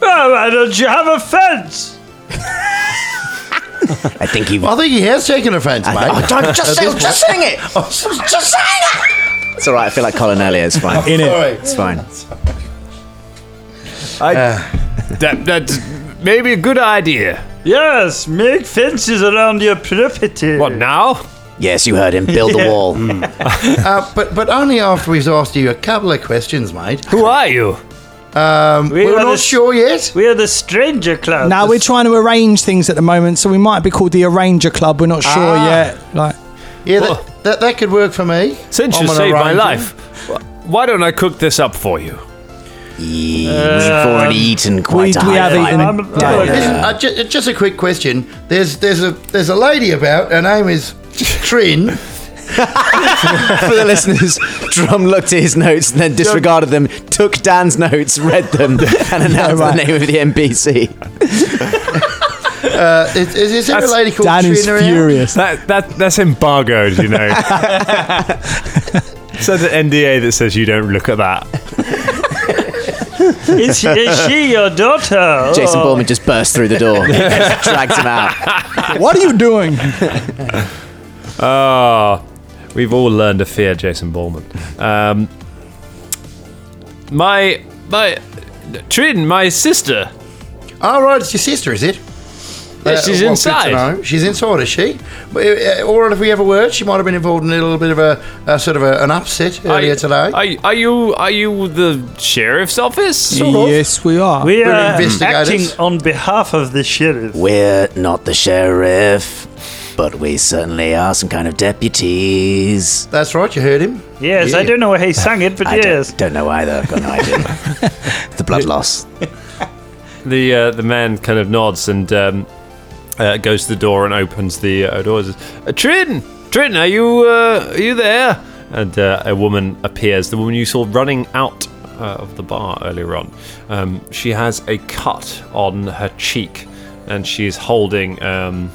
S8: Well, why don't you have a fence?
S5: I think you.
S1: I think he has taken offence, mate.
S5: don't just sing, just sing it. just sing it.
S6: It's all right. I feel like Colin earlier. It's fine.
S1: Sorry.
S6: It's fine.
S3: That that's maybe a good idea.
S8: Yes, make fences around your property.
S3: What now?
S5: Yes, you heard him. Build the wall.
S1: Uh, but but only after we've asked you a couple of questions, mate.
S3: Who are you?
S1: Um,
S8: We
S1: we are
S8: are
S1: not
S8: the-
S1: sure yet.
S8: We are the stranger club.
S7: Now we're trying to arrange things at the moment, so we might be called the Arranger Club. We're not sure
S1: Ah.
S7: yet. Like,
S1: Yeah,
S8: Oh.
S1: that, that, that could work for
S8: Uh.
S1: me.
S3: Since you
S1: I'm an
S3: saved my
S1: arranger.
S3: life, why don't I cook this up for you?
S5: You've already eaten
S7: we,
S5: quite a
S7: we
S5: high
S7: have eaten.
S5: five.
S7: Yeah.
S1: Listen, uh, ju- just a quick question. There's there's a there's a lady about. Her name is Trin. Uh,
S6: For the listeners, Drum looked at his notes and then disregarded them, took Dan's notes, read them, and announced
S7: right.
S6: the name of the NPC.
S1: Uh, is, is, is there a lady called
S7: Dan
S1: Trin
S7: is
S1: around?
S7: furious.
S3: That that that's embargoed, you know. so the NDA that says you don't look at that.
S8: is, is she your daughter?
S6: Jason
S8: Oh.
S6: Borman just burst through the door, just dragged him out.
S7: what are you doing?
S3: Ah, we've all learned to fear Jason Borman. Um, my my Trin, my sister.
S1: Oh, right, it's your sister, is it? Uh,
S3: Yeah,
S1: good
S3: she's
S1: to
S3: inside.
S1: know. She's inside, is she? But, uh, Or if we ever were, she might have been involved in a little bit of a, a sort of a, an upset earlier today.
S3: Are, are you are you the sheriff's office? sort of?
S7: yes, we are.
S8: We
S1: We're
S8: are acting
S1: investigators.
S8: on behalf of the sheriff.
S5: We're not the sheriff, but we certainly are some kind of deputies.
S1: That's right, you heard him.
S8: Yes, I
S1: Yeah.
S8: don't know where he sang it, but
S5: I
S8: yes.
S5: don't, don't know either. I've got no idea. the blood loss.
S3: The uh, the man kind of nods and um, uh, goes to the door and opens the uh, door. and Says, uh, Trin, Trin, are you uh, are you there? And uh, a woman appears. The woman you saw running out uh, of the bar earlier on. Um, she has a cut on her cheek, and she is holding. Um,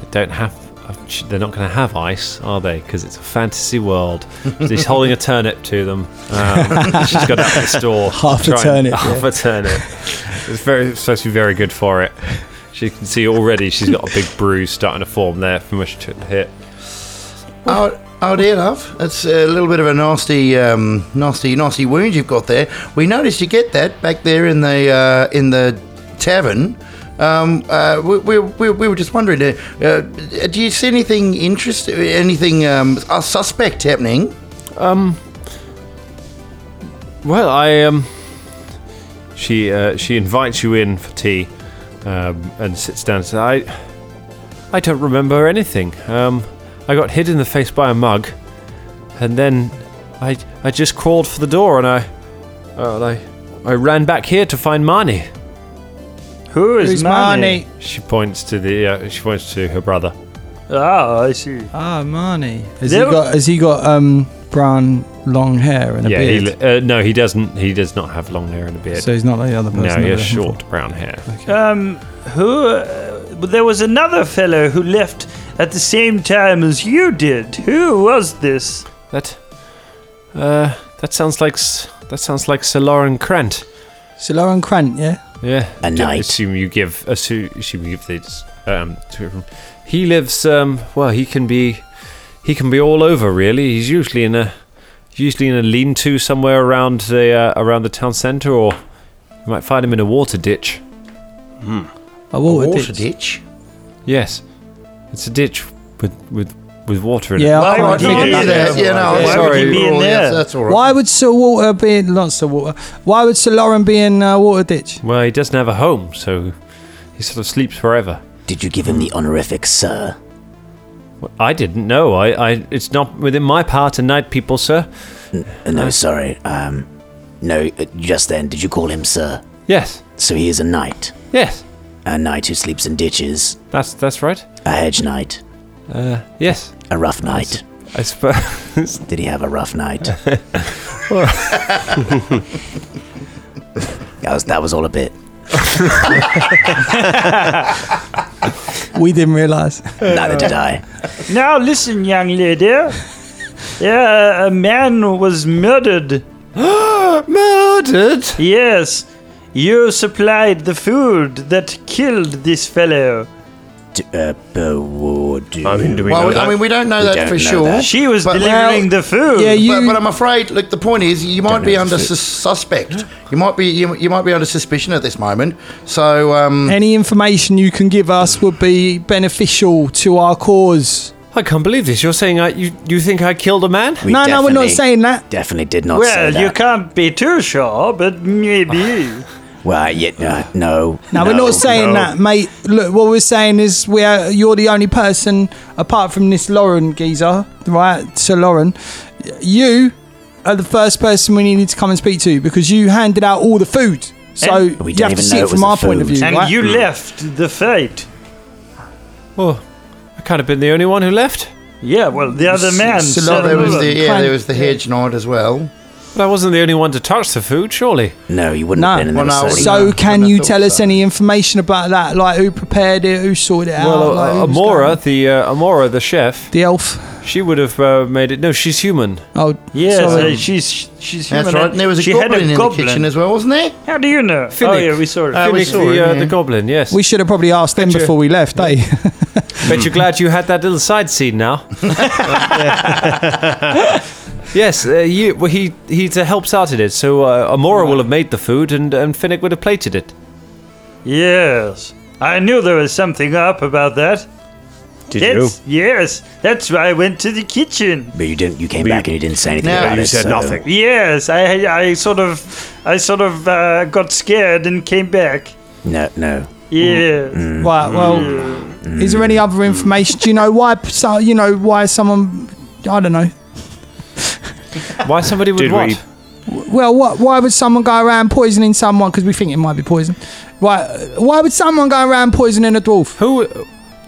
S3: they don't have. uh, sh- They're not going to have ice, are they? Because it's a fantasy world. She's holding a turnip to them. Um, she's got out of the store.
S7: Half a
S3: trying-
S7: turnip,
S3: Half a turnip. It's very it's supposed to be very good for it. She can see already she's got a big bruise starting to form there from where she took the hit.
S1: Oh, oh dear, love. That's a little bit of a nasty, um, nasty, nasty wound you've got there. We noticed you get that back there in the uh, in the tavern. Um, uh, we, we, we, we were just wondering, uh, uh, do you see anything interest, anything um, uh, suspect happening?
S3: Well, I um, she uh, she invites you in for tea, um, and sits down. And says, I I don't remember anything. Um, I got hit in the face by a mug, and then I I just crawled oh, for the door, and I uh, I I ran back here to find Marnie.
S8: Who is
S7: Who's Marnie?
S8: Marnie?
S3: She points to the. Uh, she points to her brother.
S8: Ah, I see.
S7: Ah, Marnie. Has
S8: There-
S7: he got? Has he got um brown long hair and a
S3: yeah. He,
S7: beard?
S3: li- uh, no, he doesn't. He does not have long hair and a beard.
S7: so he's not like the other person.
S3: no,
S7: that
S3: he
S7: we're
S3: has
S7: looking
S3: short brown hair.
S8: Um, who? Uh, but there was another fellow who left at the same time as you did. Who was this?
S3: That. Uh, that sounds like s- that sounds like Sir Lauren Krant.
S7: for. So Lauren Krant, yeah.
S3: Yeah.
S5: A
S3: Do-
S5: knight.
S3: Assume you give. Assume, assume you give these. Um, to him. He lives. Um, well, he can be. He can be all over. Really, he's usually in a. Usually in a lean-to somewhere around the uh, around the town centre, or you might find him in a water ditch.
S7: A
S3: Oh,
S7: water,
S1: Water
S7: ditch.
S1: ditch.
S3: Yes, it's a ditch with with with water in it.
S7: Yeah, I
S8: Why
S7: can't
S8: would
S7: think
S8: you
S7: of
S8: do
S7: that.
S8: that?
S1: Yeah, no,
S8: Why
S1: sorry.
S8: would you be in
S1: Oh, yes,
S8: there?
S1: that's all right.
S7: Why would Sir Walter be in, not Sir Walter? Why would Sir Lauren be in uh, Water Ditch?
S3: Well, he doesn't have a home, so he sort of sleeps wherever.
S5: Did you give him the honorific sir?
S3: Well, I didn't know. I, I it's not within my power to knight people, sir.
S5: Uh, No, sorry. Um, no, uh, just then, did you call him sir?
S3: Yes,
S5: So he is a knight.
S3: yes,
S5: A knight who sleeps in ditches.
S3: that's that's right.
S5: A hedge knight.
S3: Uh, yes,
S5: A rough knight.
S3: I suppose.
S5: Did he have a rough night? that, was, that was all a bit.
S7: We didn't realise.
S5: Neither did I.
S8: Now listen, young lady. Yeah, a man was murdered.
S3: Murdered.
S8: Yes, you supplied the food that killed this fellow.
S5: D- uh, but what do-
S13: I mean, do we
S1: Well,
S13: know
S1: we-
S13: that?
S1: I mean, we don't know
S5: We
S1: that
S5: don't
S1: for
S5: know
S1: sure.
S5: that.
S8: She was
S1: But-
S8: delivering the food.
S7: Yeah, you.
S1: but, but I'm afraid, look, the point is, you might be
S5: know
S1: under
S5: if
S1: sus- suspect. You might be you, you might be under suspicion at this moment. So, um,
S7: any information you can give us would be beneficial to our cause.
S3: I can't believe this. You're saying I you you think I killed a man?
S5: we
S7: no, no, we're not
S5: definitely-
S7: saying that.
S5: Definitely did not say
S8: well,
S5: that.
S8: you can't be too sure, but maybe.
S5: Well, yet, uh, no.
S7: No, we're not saying
S5: no.
S7: that, mate. Look, what we're saying is we are, you're the only person, apart from this Lauren geezer, right? Sir Lauren, you are the first person we needed to come and speak to because you handed out all the food. So
S8: And-
S5: But Eh? we
S7: you
S5: don't
S7: have to
S5: even know
S7: see it
S5: it was
S7: from
S5: the
S7: our point of
S5: food.
S7: view,
S8: and
S7: right?
S8: you left the fight.
S3: Oh, I can't have been the only one who left.
S8: Yeah, well, the other man.
S7: so
S8: said
S1: there was the
S8: it.
S1: yeah, there was the hedge knight as well.
S3: But I wasn't the only one to touch the food, surely.
S5: No, you wouldn't
S7: No.
S5: have been in there.
S1: Well, no,
S5: was
S1: we-
S5: so-
S7: so
S1: Yeah,
S7: can
S1: wouldn't
S7: you
S1: have
S7: tell
S1: thought
S7: us
S1: so.
S7: any information about that? Like who prepared it, who sorted it out?
S3: Well,
S7: like,
S3: uh,
S7: who was
S3: Amora,
S7: going-
S3: the uh, Amora, the chef,
S7: the elf.
S3: she would have uh, made it. No, she's human.
S7: Oh,
S8: Yes,
S7: sorry.
S8: uh, she's she's human.
S1: That's right.
S8: and
S1: And there was a
S8: she
S1: goblin
S8: had a
S1: in
S8: goblin.
S1: the kitchen as well, wasn't there?
S8: How do you know? Oh
S3: Finnick.
S8: yeah, we saw it.
S1: Uh, we
S3: Finnick,
S1: saw
S3: the,
S1: him,
S3: uh,
S1: yeah.
S3: the goblin, yes.
S7: we should have probably asked them
S3: Gotcha.
S7: before we left, eh?
S3: Bet you're glad you had that little side scene now. yes, uh, you, well, he he uh, helps out at it, so uh, Amora will have made the food and, and Finnick would have plated it.
S8: yes, I knew there was something up about that.
S13: Did you?
S8: Yes, yes, that's why I went to the kitchen.
S5: but you didn't. You came
S13: We-
S5: back and you didn't say anything
S1: No,
S5: about
S13: You
S5: it.
S13: said
S5: so-
S13: nothing.
S8: Yes, I I sort of I sort of uh, got scared and came back.
S5: No, no.
S13: Mm.
S8: Yes.
S7: Right. Well, is there any other information? Do you know why? So you know why someone? I don't know.
S3: Why somebody would
S13: Did we-
S3: what?
S7: Well, what? Why would someone go around poisoning someone? Because we think it might be poison. Why? Why would someone go around poisoning a dwarf?
S3: Who? uh,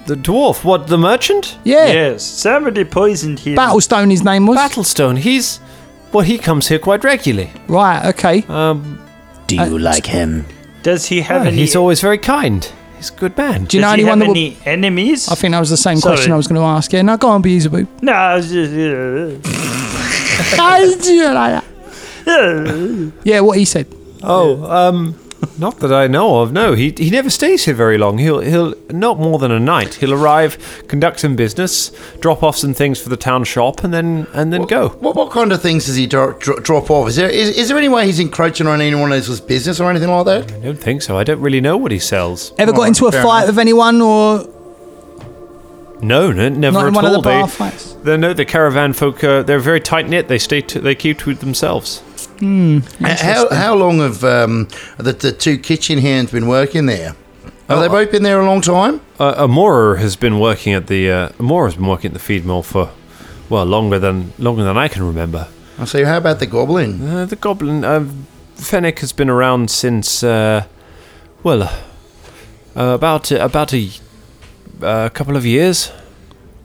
S3: The dwarf? What? The merchant?
S7: Yeah,
S8: Yes, somebody poisoned him.
S7: Battlestone. His name was.
S3: Battlestone. He's well. He comes here quite regularly.
S7: right. Okay.
S3: Um,
S5: Do
S7: Uh,
S5: you like him?
S8: Does he have
S3: and
S8: any?
S3: Ah, he's always very kind. He's a good man.
S7: Do you know
S8: does he
S7: anyone
S8: have
S7: that would?
S8: any enemies?
S7: I think that was the same
S8: Sorry.
S7: question I was going to ask. Yeah. Now go on, Beelzebub.
S8: no. I was just, uh, uh,
S7: yeah. What he said.
S3: Oh, um, not that I know of. No, he he never stays here very long. He'll he'll not more than a night. He'll arrive, conduct some business, drop off some things for the town shop, and then and then go.
S1: What what kind of things does he dro- dro- drop off? Is there is, is there any way he's encroaching on anyone else's business or anything like that?
S3: I don't think so. I don't really know what he sells.
S7: Ever got
S1: Alright,
S7: into a
S1: fair
S7: fight
S1: enough.
S7: with anyone or
S3: No, no never
S7: not in
S3: at
S7: one of
S3: all.
S7: the bar
S3: they,
S7: fights?
S3: they no, the caravan folk. Uh, they're very tight knit. They stay. To, they keep to themselves.
S1: How how long have um, the, the two kitchen hands been working there? Have
S7: Oh,
S1: they both been there a long time?
S3: Uh, Amora has been working at the uh, Amora has been working at the feed mill for well longer than longer than I can remember.
S1: I say, how about the goblin?
S3: Uh, the goblin uh, Fennec has been around since uh, well, uh, Uh, about about a uh, couple of years.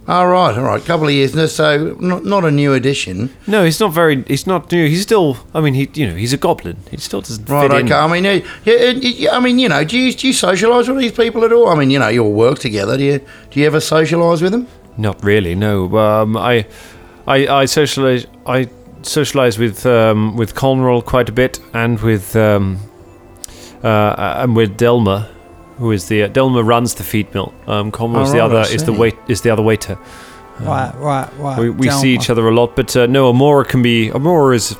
S1: All Ah, right, all right. Couple of years, no, so not, not a new edition.
S3: No, he's not very. He's not new. He's still. I mean, he. You know, he's a goblin. He still doesn't
S1: Right,
S3: fit
S1: okay.
S3: in.
S1: I mean, eh, yeah, eh, yeah, I mean, you know, do you do you socialise with these people at all? I mean, you know, you all work together. Do you do you ever socialise with them?
S3: Not really. No. Um, I, I, I socialize. I socialize with um, with Conroll quite a bit, and with um, uh, and with Delma, who is the uh, Delma runs the feed mill. Um, Conroll's the
S7: Alright, I
S3: other is the
S7: see. Uh,
S3: wait is the other waiter.
S7: Right, right, right.
S3: we we
S7: Down-
S3: see each other a lot, but uh, no, Amora can be Amora is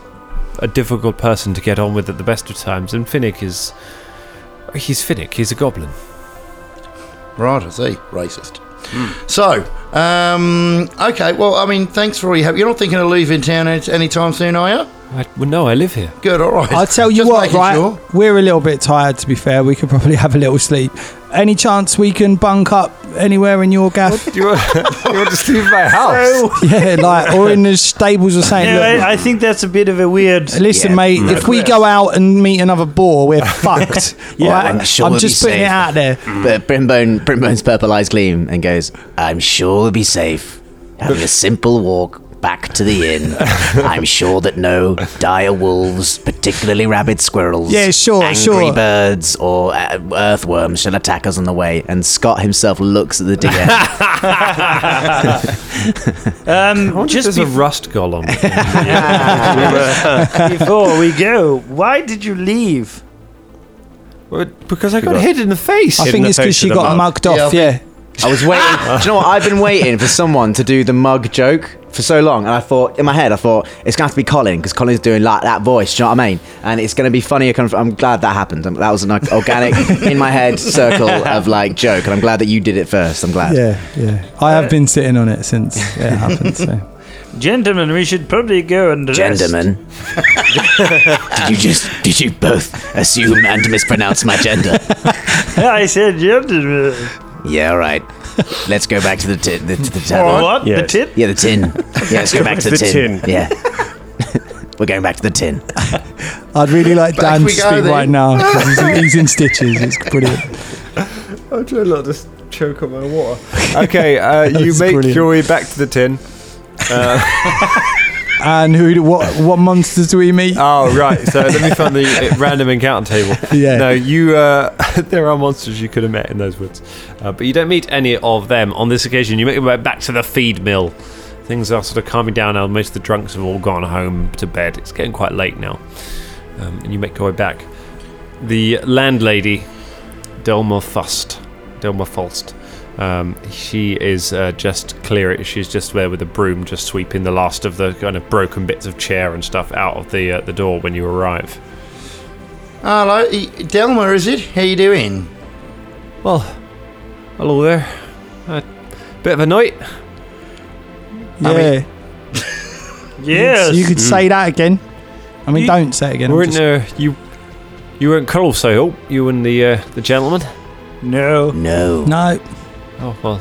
S3: a difficult person to get on with at the best of times, and Finnick is he's Finnick. He's a goblin.
S1: Right, I see. Racist.
S7: Hmm.
S1: So, um, okay. Well, I mean, thanks for all your help. You're not thinking of leaving town any- anytime soon, are you?
S3: I, well, no, I live here.
S1: Good. All right.
S7: I'll tell you
S1: Just
S7: what,
S1: making
S7: right?
S1: sure.
S7: We're a little bit tired, to be fair. We could probably have a little sleep. Any chance we can bunk up anywhere in your gaff?
S3: Do you want, you want to sleep in my house?
S7: yeah, like, or in the stables or something.
S8: Yeah,
S7: Look,
S8: I, I think that's a bit of a weird.
S7: Listen, mate, if we go out and meet another boar, we're fucked.
S6: Yeah,
S7: right?
S6: I'm sure we'll
S7: just
S6: be
S7: putting it
S6: safe.
S7: out there.
S6: But Brimbone, Brimbone's purple eyes gleam and goes, I'm sure we'll be safe. Having a simple walk back to the inn. I'm sure that no dire wolves, particularly rabid squirrels,
S7: Yeah, sure,
S6: angry
S7: sure.
S6: birds, or uh, earthworms shall attack us on the way. And Scott himself looks at the DM.
S8: Um, just
S3: There's a
S8: bef-
S3: rust golem.
S8: before we go, why did you leave?
S3: Well, Because I got hit in the face.
S7: I think it's because she got mugged off,
S1: Yeah, I
S7: yeah.
S6: I was waiting. do you know what? I've been waiting for someone to do the mug joke for so long, and I thought in my head, I thought it's going to have to be Colin because Colin's doing like that voice. Do you know what I mean? And it's going to be funnier. Kind of, I'm glad that happened. Um, That was an like, organic in my head circle of like joke, and I'm glad that you did it first. I'm glad.
S7: Yeah, yeah. I have been sitting on it since it happened, so.
S8: Gentlemen, we should probably go and rest.
S5: Genderman. did you just? Did you both assume and mispronounce my gender?
S8: Yeah, I said gentlemen.
S5: Yeah, all right.
S6: Let's go back to the tin. The, to the tin.
S8: Or what? The
S13: Yes.
S8: tip?
S6: Yeah, the tin. Yeah, let's go back to the,
S13: The
S6: tin.
S13: tin.
S6: Yeah. We're going back to the tin.
S7: I'd really like Dan to
S1: we go
S7: speak
S1: then.
S7: right now. He's in, he's in stitches. It's brilliant.
S3: I try not to choke on my water. Okay, uh, you
S7: That's
S3: make
S7: brilliant.
S3: your way back to the tin.
S7: And who? do- What? What monsters do we meet?
S3: Oh right, so let me find the uh, random encounter table.
S7: Yeah.
S3: No, you. Uh, there are monsters you could have met in those woods, uh, but you don't meet any of them on this occasion. You make your way back to the feed mill. Things are sort of calming down now. Most of the drunks have all gone home to bed. It's getting quite late now, um, and you make your way back. The landlady, Delma Fust, Delma Falst. Um, she is uh, just clear. She's just there with a broom, just sweeping the last of the kind of broken bits of chair and stuff out of the uh, the door when you arrive.
S1: Hello, e- Delma. Is it? How you doing?
S3: Well, hello there. Uh, bit of a night.
S7: yeah.
S8: Yes.
S7: So you could say that again. I mean,
S3: You-
S7: don't say it again. I'm
S3: weren't
S7: just-
S3: uh, you? You weren't close, I hope. You and the uh, the gentleman.
S8: no.
S5: No.
S7: no.
S3: Oh well,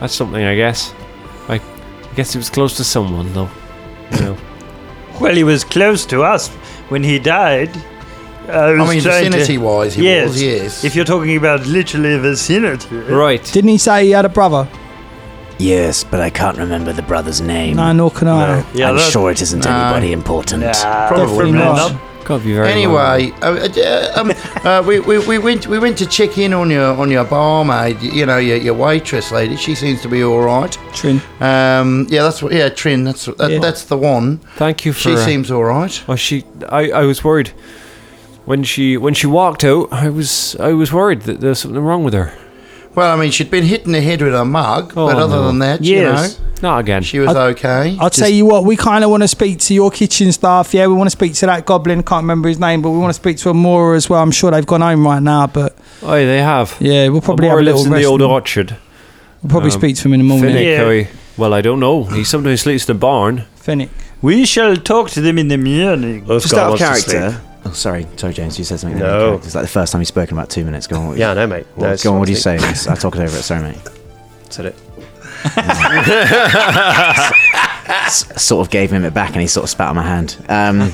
S3: that's something, I guess. I, I guess he was close to someone though. No.
S8: Well, he was close to us when he died. I, was
S1: I mean,
S8: trying to-
S1: vicinity-wise, he
S8: yes.
S1: was. Yes.
S8: If you're talking about literally vicinity.
S3: right.
S7: Didn't he say he had a brother?
S5: Yes, but I can't remember the brother's name.
S7: No, nor can I.
S8: Uh, Yeah,
S5: I'm
S8: that-
S5: sure it isn't
S1: No.
S5: anybody important.
S8: Nah,
S7: Definitely
S8: not.
S7: not.
S3: Can't be very.
S1: Anyway, uh, uh, um, uh, we, we, we went we went to check in on your on your barmaid, you know your, your waitress lady. She seems to be all right.
S7: Trin.
S1: Um, yeah, that's what. Yeah, Trin. That's that,
S7: Yeah.
S1: that's the one.
S3: Thank you for.
S1: She
S3: uh,
S1: seems all right.
S3: Oh, she. I, I was worried when she when she walked out. I was I was worried that there's something wrong with her.
S1: Well, I mean, she'd been hit in the head with a mug,
S3: Oh,
S1: but other
S3: no.
S1: than that,
S8: Yes.
S1: you know,
S3: Not again.
S1: she was
S7: I-
S1: okay.
S7: I'll tell you what, we kind of want to speak to your kitchen staff. Yeah, we want to speak to that goblin. Can't remember his name, but we want to speak to Amora as well. I'm sure they've gone home right now, but
S3: Oh, they have.
S7: yeah, we'll probably
S3: Amora
S7: have a little
S3: lives in
S7: rest
S3: the old
S7: and-
S3: orchard.
S7: We'll probably
S3: um,
S7: speak to him in the morning.
S3: Finnick,
S8: Yeah.
S3: oh, he- well, I don't know. He sometimes sleeps in the barn.
S7: Finnick.
S8: We shall talk to them in the morning.
S6: Just out of character. Oh, sorry, sorry, James. You said something.
S13: No.
S6: there. It's like the first time you've spoken about two minutes. Go on. What
S13: Yeah, I know, mate.
S6: What,
S13: No,
S6: go on. What do you
S13: it's-
S6: say? I talked over it. Sorry, mate.
S13: Said it.
S6: s- sort of gave him it back, and he sort of spat on my hand. Um,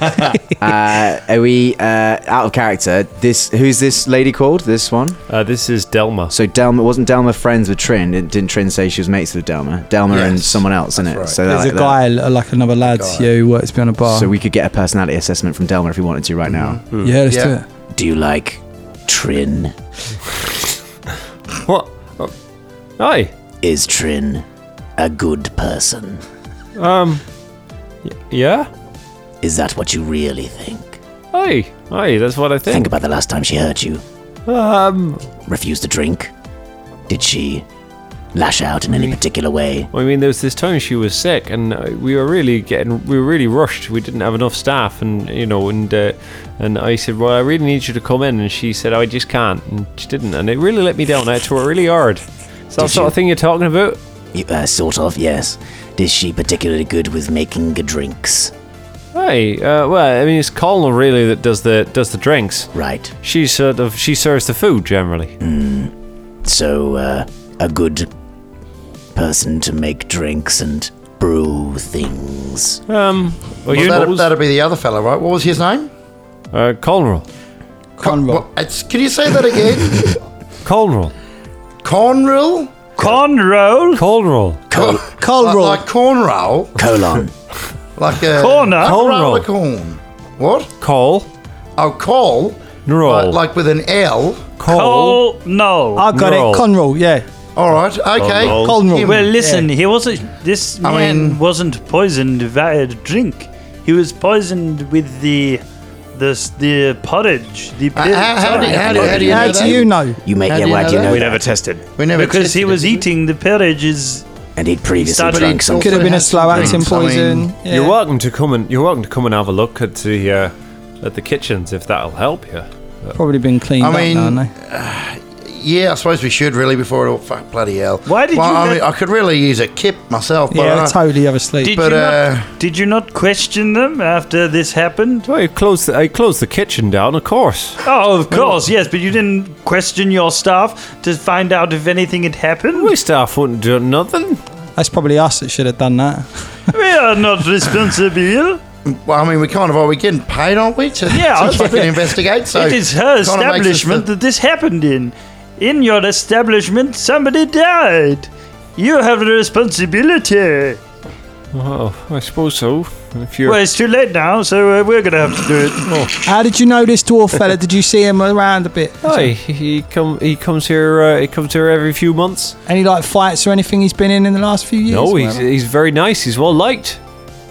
S6: uh, are we uh, out of character? This who's this lady called? This one?
S3: Uh, this is Delma.
S6: So Delma wasn't Delma friends with Trin? Didn't didn't Trin say she was mates with Delma? Delma and
S7: Yes,
S6: someone else, isn't it? So they're
S7: There's
S6: like
S7: a
S6: that.
S7: guy, l- like another lad, yeah, who works behind a bar.
S6: So we could get a personality assessment from Delma if we wanted to right now.
S5: Mm-hmm.
S7: Mm. Yeah, let's do Yeah.
S6: it. Do you like Trin?
S3: What? Oh. Hi.
S5: Is Trin a good person?
S3: Um. y- yeah.
S5: Is that what you really think?
S3: Hi. Hi. That's what I think.
S5: Think about the last time she hurt you.
S3: Um.
S5: Refused to drink. Did she lash out in any particular way?
S3: I mean, there was this time she was sick, and uh, we were really getting, we were really rushed. We didn't have enough staff, and you know, and uh, and I said, "Well, I really need you to come in," and she said, "I just can't," and she didn't, and it really let me down. I tore really hard. Is that
S5: Did
S3: sort
S5: you-
S3: of thing you're talking about?
S5: You, uh, sort of, yes. Is she particularly good with making drinks?
S3: Hey, uh, well, I mean, it's Colonel really that does the does the drinks.
S5: Right.
S3: She sort of she serves the food generally.
S5: So, uh, a good person to make drinks and brew things.
S3: Um,
S5: well, you-
S1: that'd, that'd be the other fella, right? What was his name?
S3: Uh, Conroll.
S1: Conroll. can you say that again?
S3: Conroll.
S1: Conroll?
S8: Conroll?
S3: Conroll.
S1: Col-
S7: Colroll.
S1: Like, like cornroll?
S5: Colon.
S1: like a...
S8: Corner?
S1: Like a
S8: Colroll.
S1: roll of corn. What?
S3: Col.
S1: Oh, col?
S3: Roll.
S1: Like, like with an L?
S8: Col. No.
S7: I got it. Conroll, yeah.
S1: All right, okay.
S7: Conroll. Conroll.
S1: Him.
S8: Well, listen,
S7: Yeah.
S8: he wasn't. This
S1: I
S8: man
S1: mean-
S8: wasn't poisoned via a drink. He was poisoned with the, the s- the porridge. The
S1: Uh, how- how do- how do- how do you How know do that? you know?
S5: You make
S1: How do
S5: yeah,
S1: you
S5: why
S1: know
S5: do you
S1: that?
S5: know
S1: We
S5: that?
S1: never
S13: tested.
S1: We never
S8: because he
S1: tested
S8: was
S1: it.
S8: eating the porridges.
S5: And he'd previously
S8: Started-
S5: drunk
S8: Could
S5: something.
S7: Could have been a
S8: Perhaps
S7: slow acting
S1: drinks, I mean-
S7: poison. yeah.
S3: You're welcome to come and you're welcome to come and have a look at the uh, at the kitchens if that'll help you.
S7: Probably been cleaned
S1: I mean,
S7: up now, no?
S1: Yeah, I suppose we should really before it all fuck bloody hell.
S8: Why did
S1: well,
S8: you
S1: I,
S8: let-
S1: mean, I could really use a kip myself, but
S7: Yeah,
S1: I,
S7: I totally have a sleep.
S8: Did
S1: But,
S8: you
S1: uh,
S8: not? Did you not question them after this happened?
S3: Well, I closed the, I closed the kitchen down, of course.
S8: Oh, of course, yes, but you didn't question your staff to find out if anything had happened.
S3: My staff wouldn't do nothing.
S7: That's probably us that should have done that.
S8: we are not responsible.
S1: well, I mean, we kind of are we getting paid, aren't we? To,
S8: Yeah, I
S1: to
S8: was
S1: fucking
S8: thinking-
S1: investigate. So
S8: it is
S1: kinda
S8: her
S1: makes us
S8: establishment
S1: the-
S8: that this happened in. In your establishment, somebody died. You have the responsibility.
S3: Oh, I suppose so. If you're
S8: Well, it's too late now, so uh, we're gonna have to do
S1: Oh,
S8: it.
S7: How did you know this dwarf fella? Did you see him around a bit?
S3: Aye, he come he comes here uh, he comes here every few months.
S7: Any like fights or anything he's been in in the last few years?
S3: no,
S7: or
S3: he's
S7: whatever?
S3: he's very nice. He's well liked.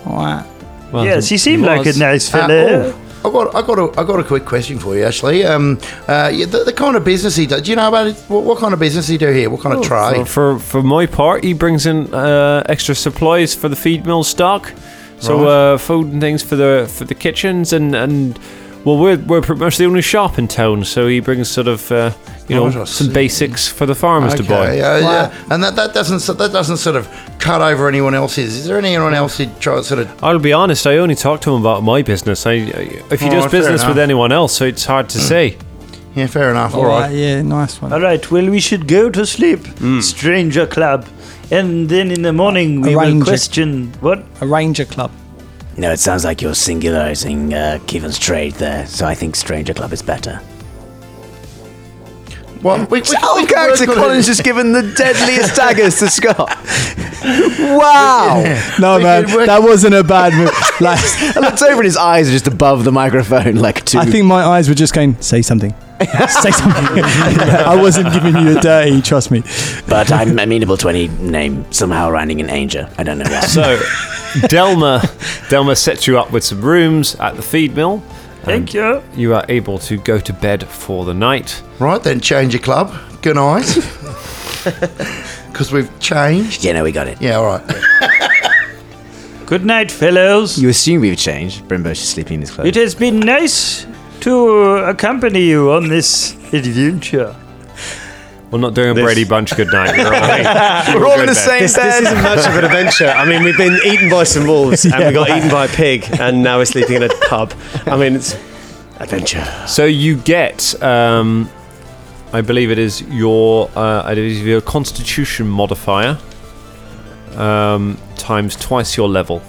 S7: All right.
S3: Well,
S8: yes, he seemed like a
S3: was.
S8: nice
S1: Uh,
S8: fella.
S1: oh, I got, I got, a, I got a quick question for you, actually. Um, uh, yeah, the, the kind of business he does. Do you know about it? What, what kind of business he do here? What kind
S3: Oh,
S1: of trade?
S3: For, for for my part, he brings in uh, extra supplies for the feed mill stock, so uh, food and things for the for the kitchens and and well, we're we're pretty much the only shop in town, so he brings sort of uh, you know
S1: Right, I
S3: some
S1: see.
S3: basics for the farmers to buy.
S1: yeah, yeah. And that, that doesn't so- that doesn't sort of cut over anyone else's. Is there anyone else who try sort of?
S3: I'll be honest, I only talk to him about my business. I, I if he
S1: Oh,
S3: does
S1: fair
S3: business with
S1: enough. Mm.
S3: anyone else, so it's hard to say.
S1: Yeah, fair enough.
S7: All
S1: all
S7: right.
S1: right.
S7: Yeah, nice one.
S8: All right, well, we should go to sleep,
S1: Hmm.
S8: Stranger Club. And then in the morning, we will
S7: Arrange it.
S8: question what?
S7: A ranger club.
S5: No, it sounds like you're singularizing uh, Kevin's trade there, so I think Stranger Club is better.
S1: Well, we, we, we
S6: Out
S1: can
S6: of Oh, character,
S1: work on it.
S6: Colin's just given the deadliest daggers to Scott.
S7: Wow. No,
S1: We
S7: man,
S1: could work-
S7: that wasn't a bad move. Like,
S6: I looked over and his eyes are just above the microphone, like two.
S7: I think my eyes were just going, say something. say something. I wasn't giving you a dirty, trust me.
S5: But I'm amenable to any name somehow rhyming in Anger. I don't know why.
S3: So, Delma, Delma sets you up with some rooms at the feed mill.
S8: Thank you.
S3: You are able to go to bed for the night.
S1: Right then, change your club. Good night. Because we've changed.
S5: yeah, no, we got it.
S1: Yeah, all right.
S8: Good night, fellows.
S6: you assume we've changed. Brimbo's just sleeping in his clothes.
S8: It has been nice to uh, accompany you on this adventure.
S3: We're not doing a Brady Bunch good night. We're all,
S4: We're all in the same
S3: bed.
S4: this,
S13: This
S4: bed.
S13: isn't much of an adventure. I mean, we've been eaten by some wolves, and we got eaten by a pig, and now we're sleeping in a pub. I mean, it's adventure.
S3: So you get, um, I believe it is your, uh, it is your Constitution modifier um, times twice your level.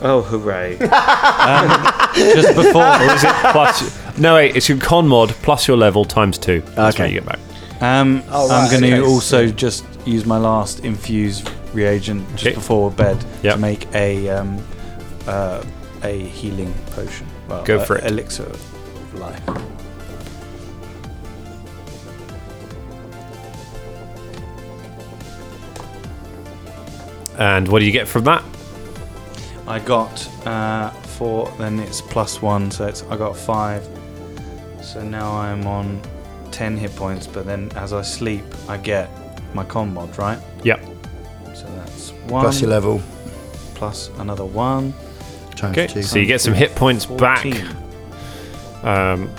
S13: Oh, hooray.
S3: Just before, or is it plus? No, wait. It's your con mod plus your level times two. That's okay, you get back.
S9: Um,
S3: Oh,
S9: I'm
S3: right,
S9: going to
S3: okay.
S9: also just use my last infuse reagent just before bed to make a um, uh, a healing potion. Well,
S3: Go
S9: a-
S3: for it.
S9: Elixir of life.
S3: And what do you get from that?
S9: I got uh, four, then it's plus one, so it's I got five. So now I'm on ten hit points, but then as I sleep, I get my con mod, right?
S3: Yep.
S9: So that's one
S1: Plus your level.
S9: plus another one.
S1: Times
S3: Okay, so you get some hit points back, um,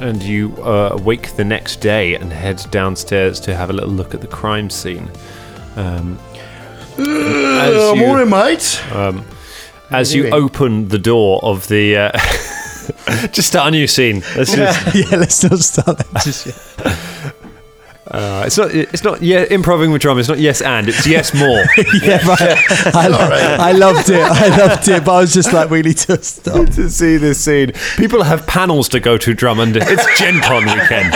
S3: and you uh, awake the next day and head downstairs to have a little look at the crime scene. Um,
S1: Uh, I'm all right, mate.
S3: Um, as
S1: you
S3: you
S1: doing?
S3: open the door of the, uh, just start a new scene. Let's just,
S7: yeah, let's not start that just yet.
S3: uh, it's not. It's not. Yeah, improving with drama. It's not yes and. It's yes more.
S7: yeah, right. I, lo- I loved it. I loved it, but I was just uh, like, we need to stop.
S3: to see this scene. People have panels to go to Drummond. It's Gen Con weekend.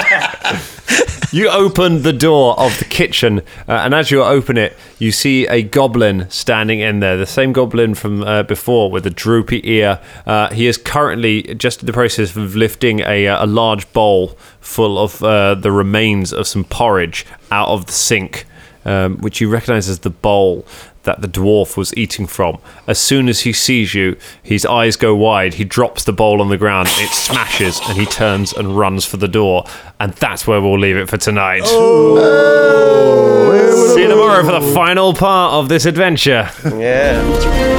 S3: You open the door of the kitchen, uh, and as you open it, you see a goblin standing in there. The same goblin from uh, before with a droopy ear. Uh, he is currently just in the process of lifting a, uh, a large bowl full of uh, the remains of some porridge out of the sink, um, which you recognize as the bowl that the dwarf was eating from. As soon as he sees you, his eyes go wide. He drops the bowl on the ground. It smashes, and he turns and runs for the door. And that's where we'll leave it for tonight. See you tomorrow for the final part of this adventure.
S13: Yeah.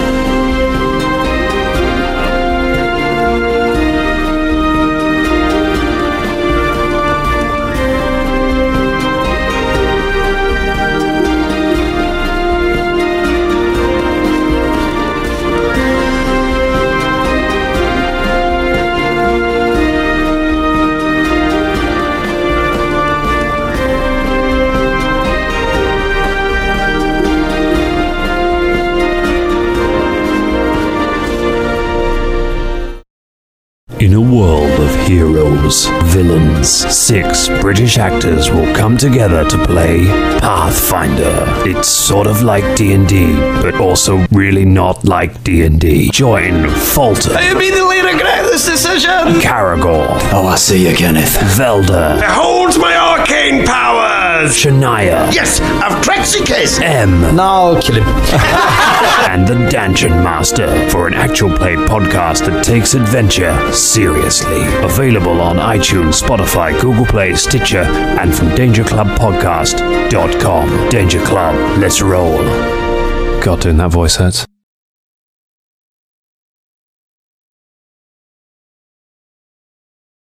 S12: In a world of heroes, villains, six British actors will come together to play Pathfinder. It's sort of like D&D, but also really not like D&D. Join Falter. I am the leader. Can I have this decision? Caragor. Oh, I see you, Kenneth. Velda. Behold my arcane powers. Shania.
S14: Yes, I've cracked the case.
S12: M. No, kill him. and the Dungeon Master for an actual play podcast that takes adventure seriously. Available on iTunes, Spotify, Google Play, Stitcher, and from DangerClubPodcast.com. Danger Club, let's roll. God, doing that voice hurts.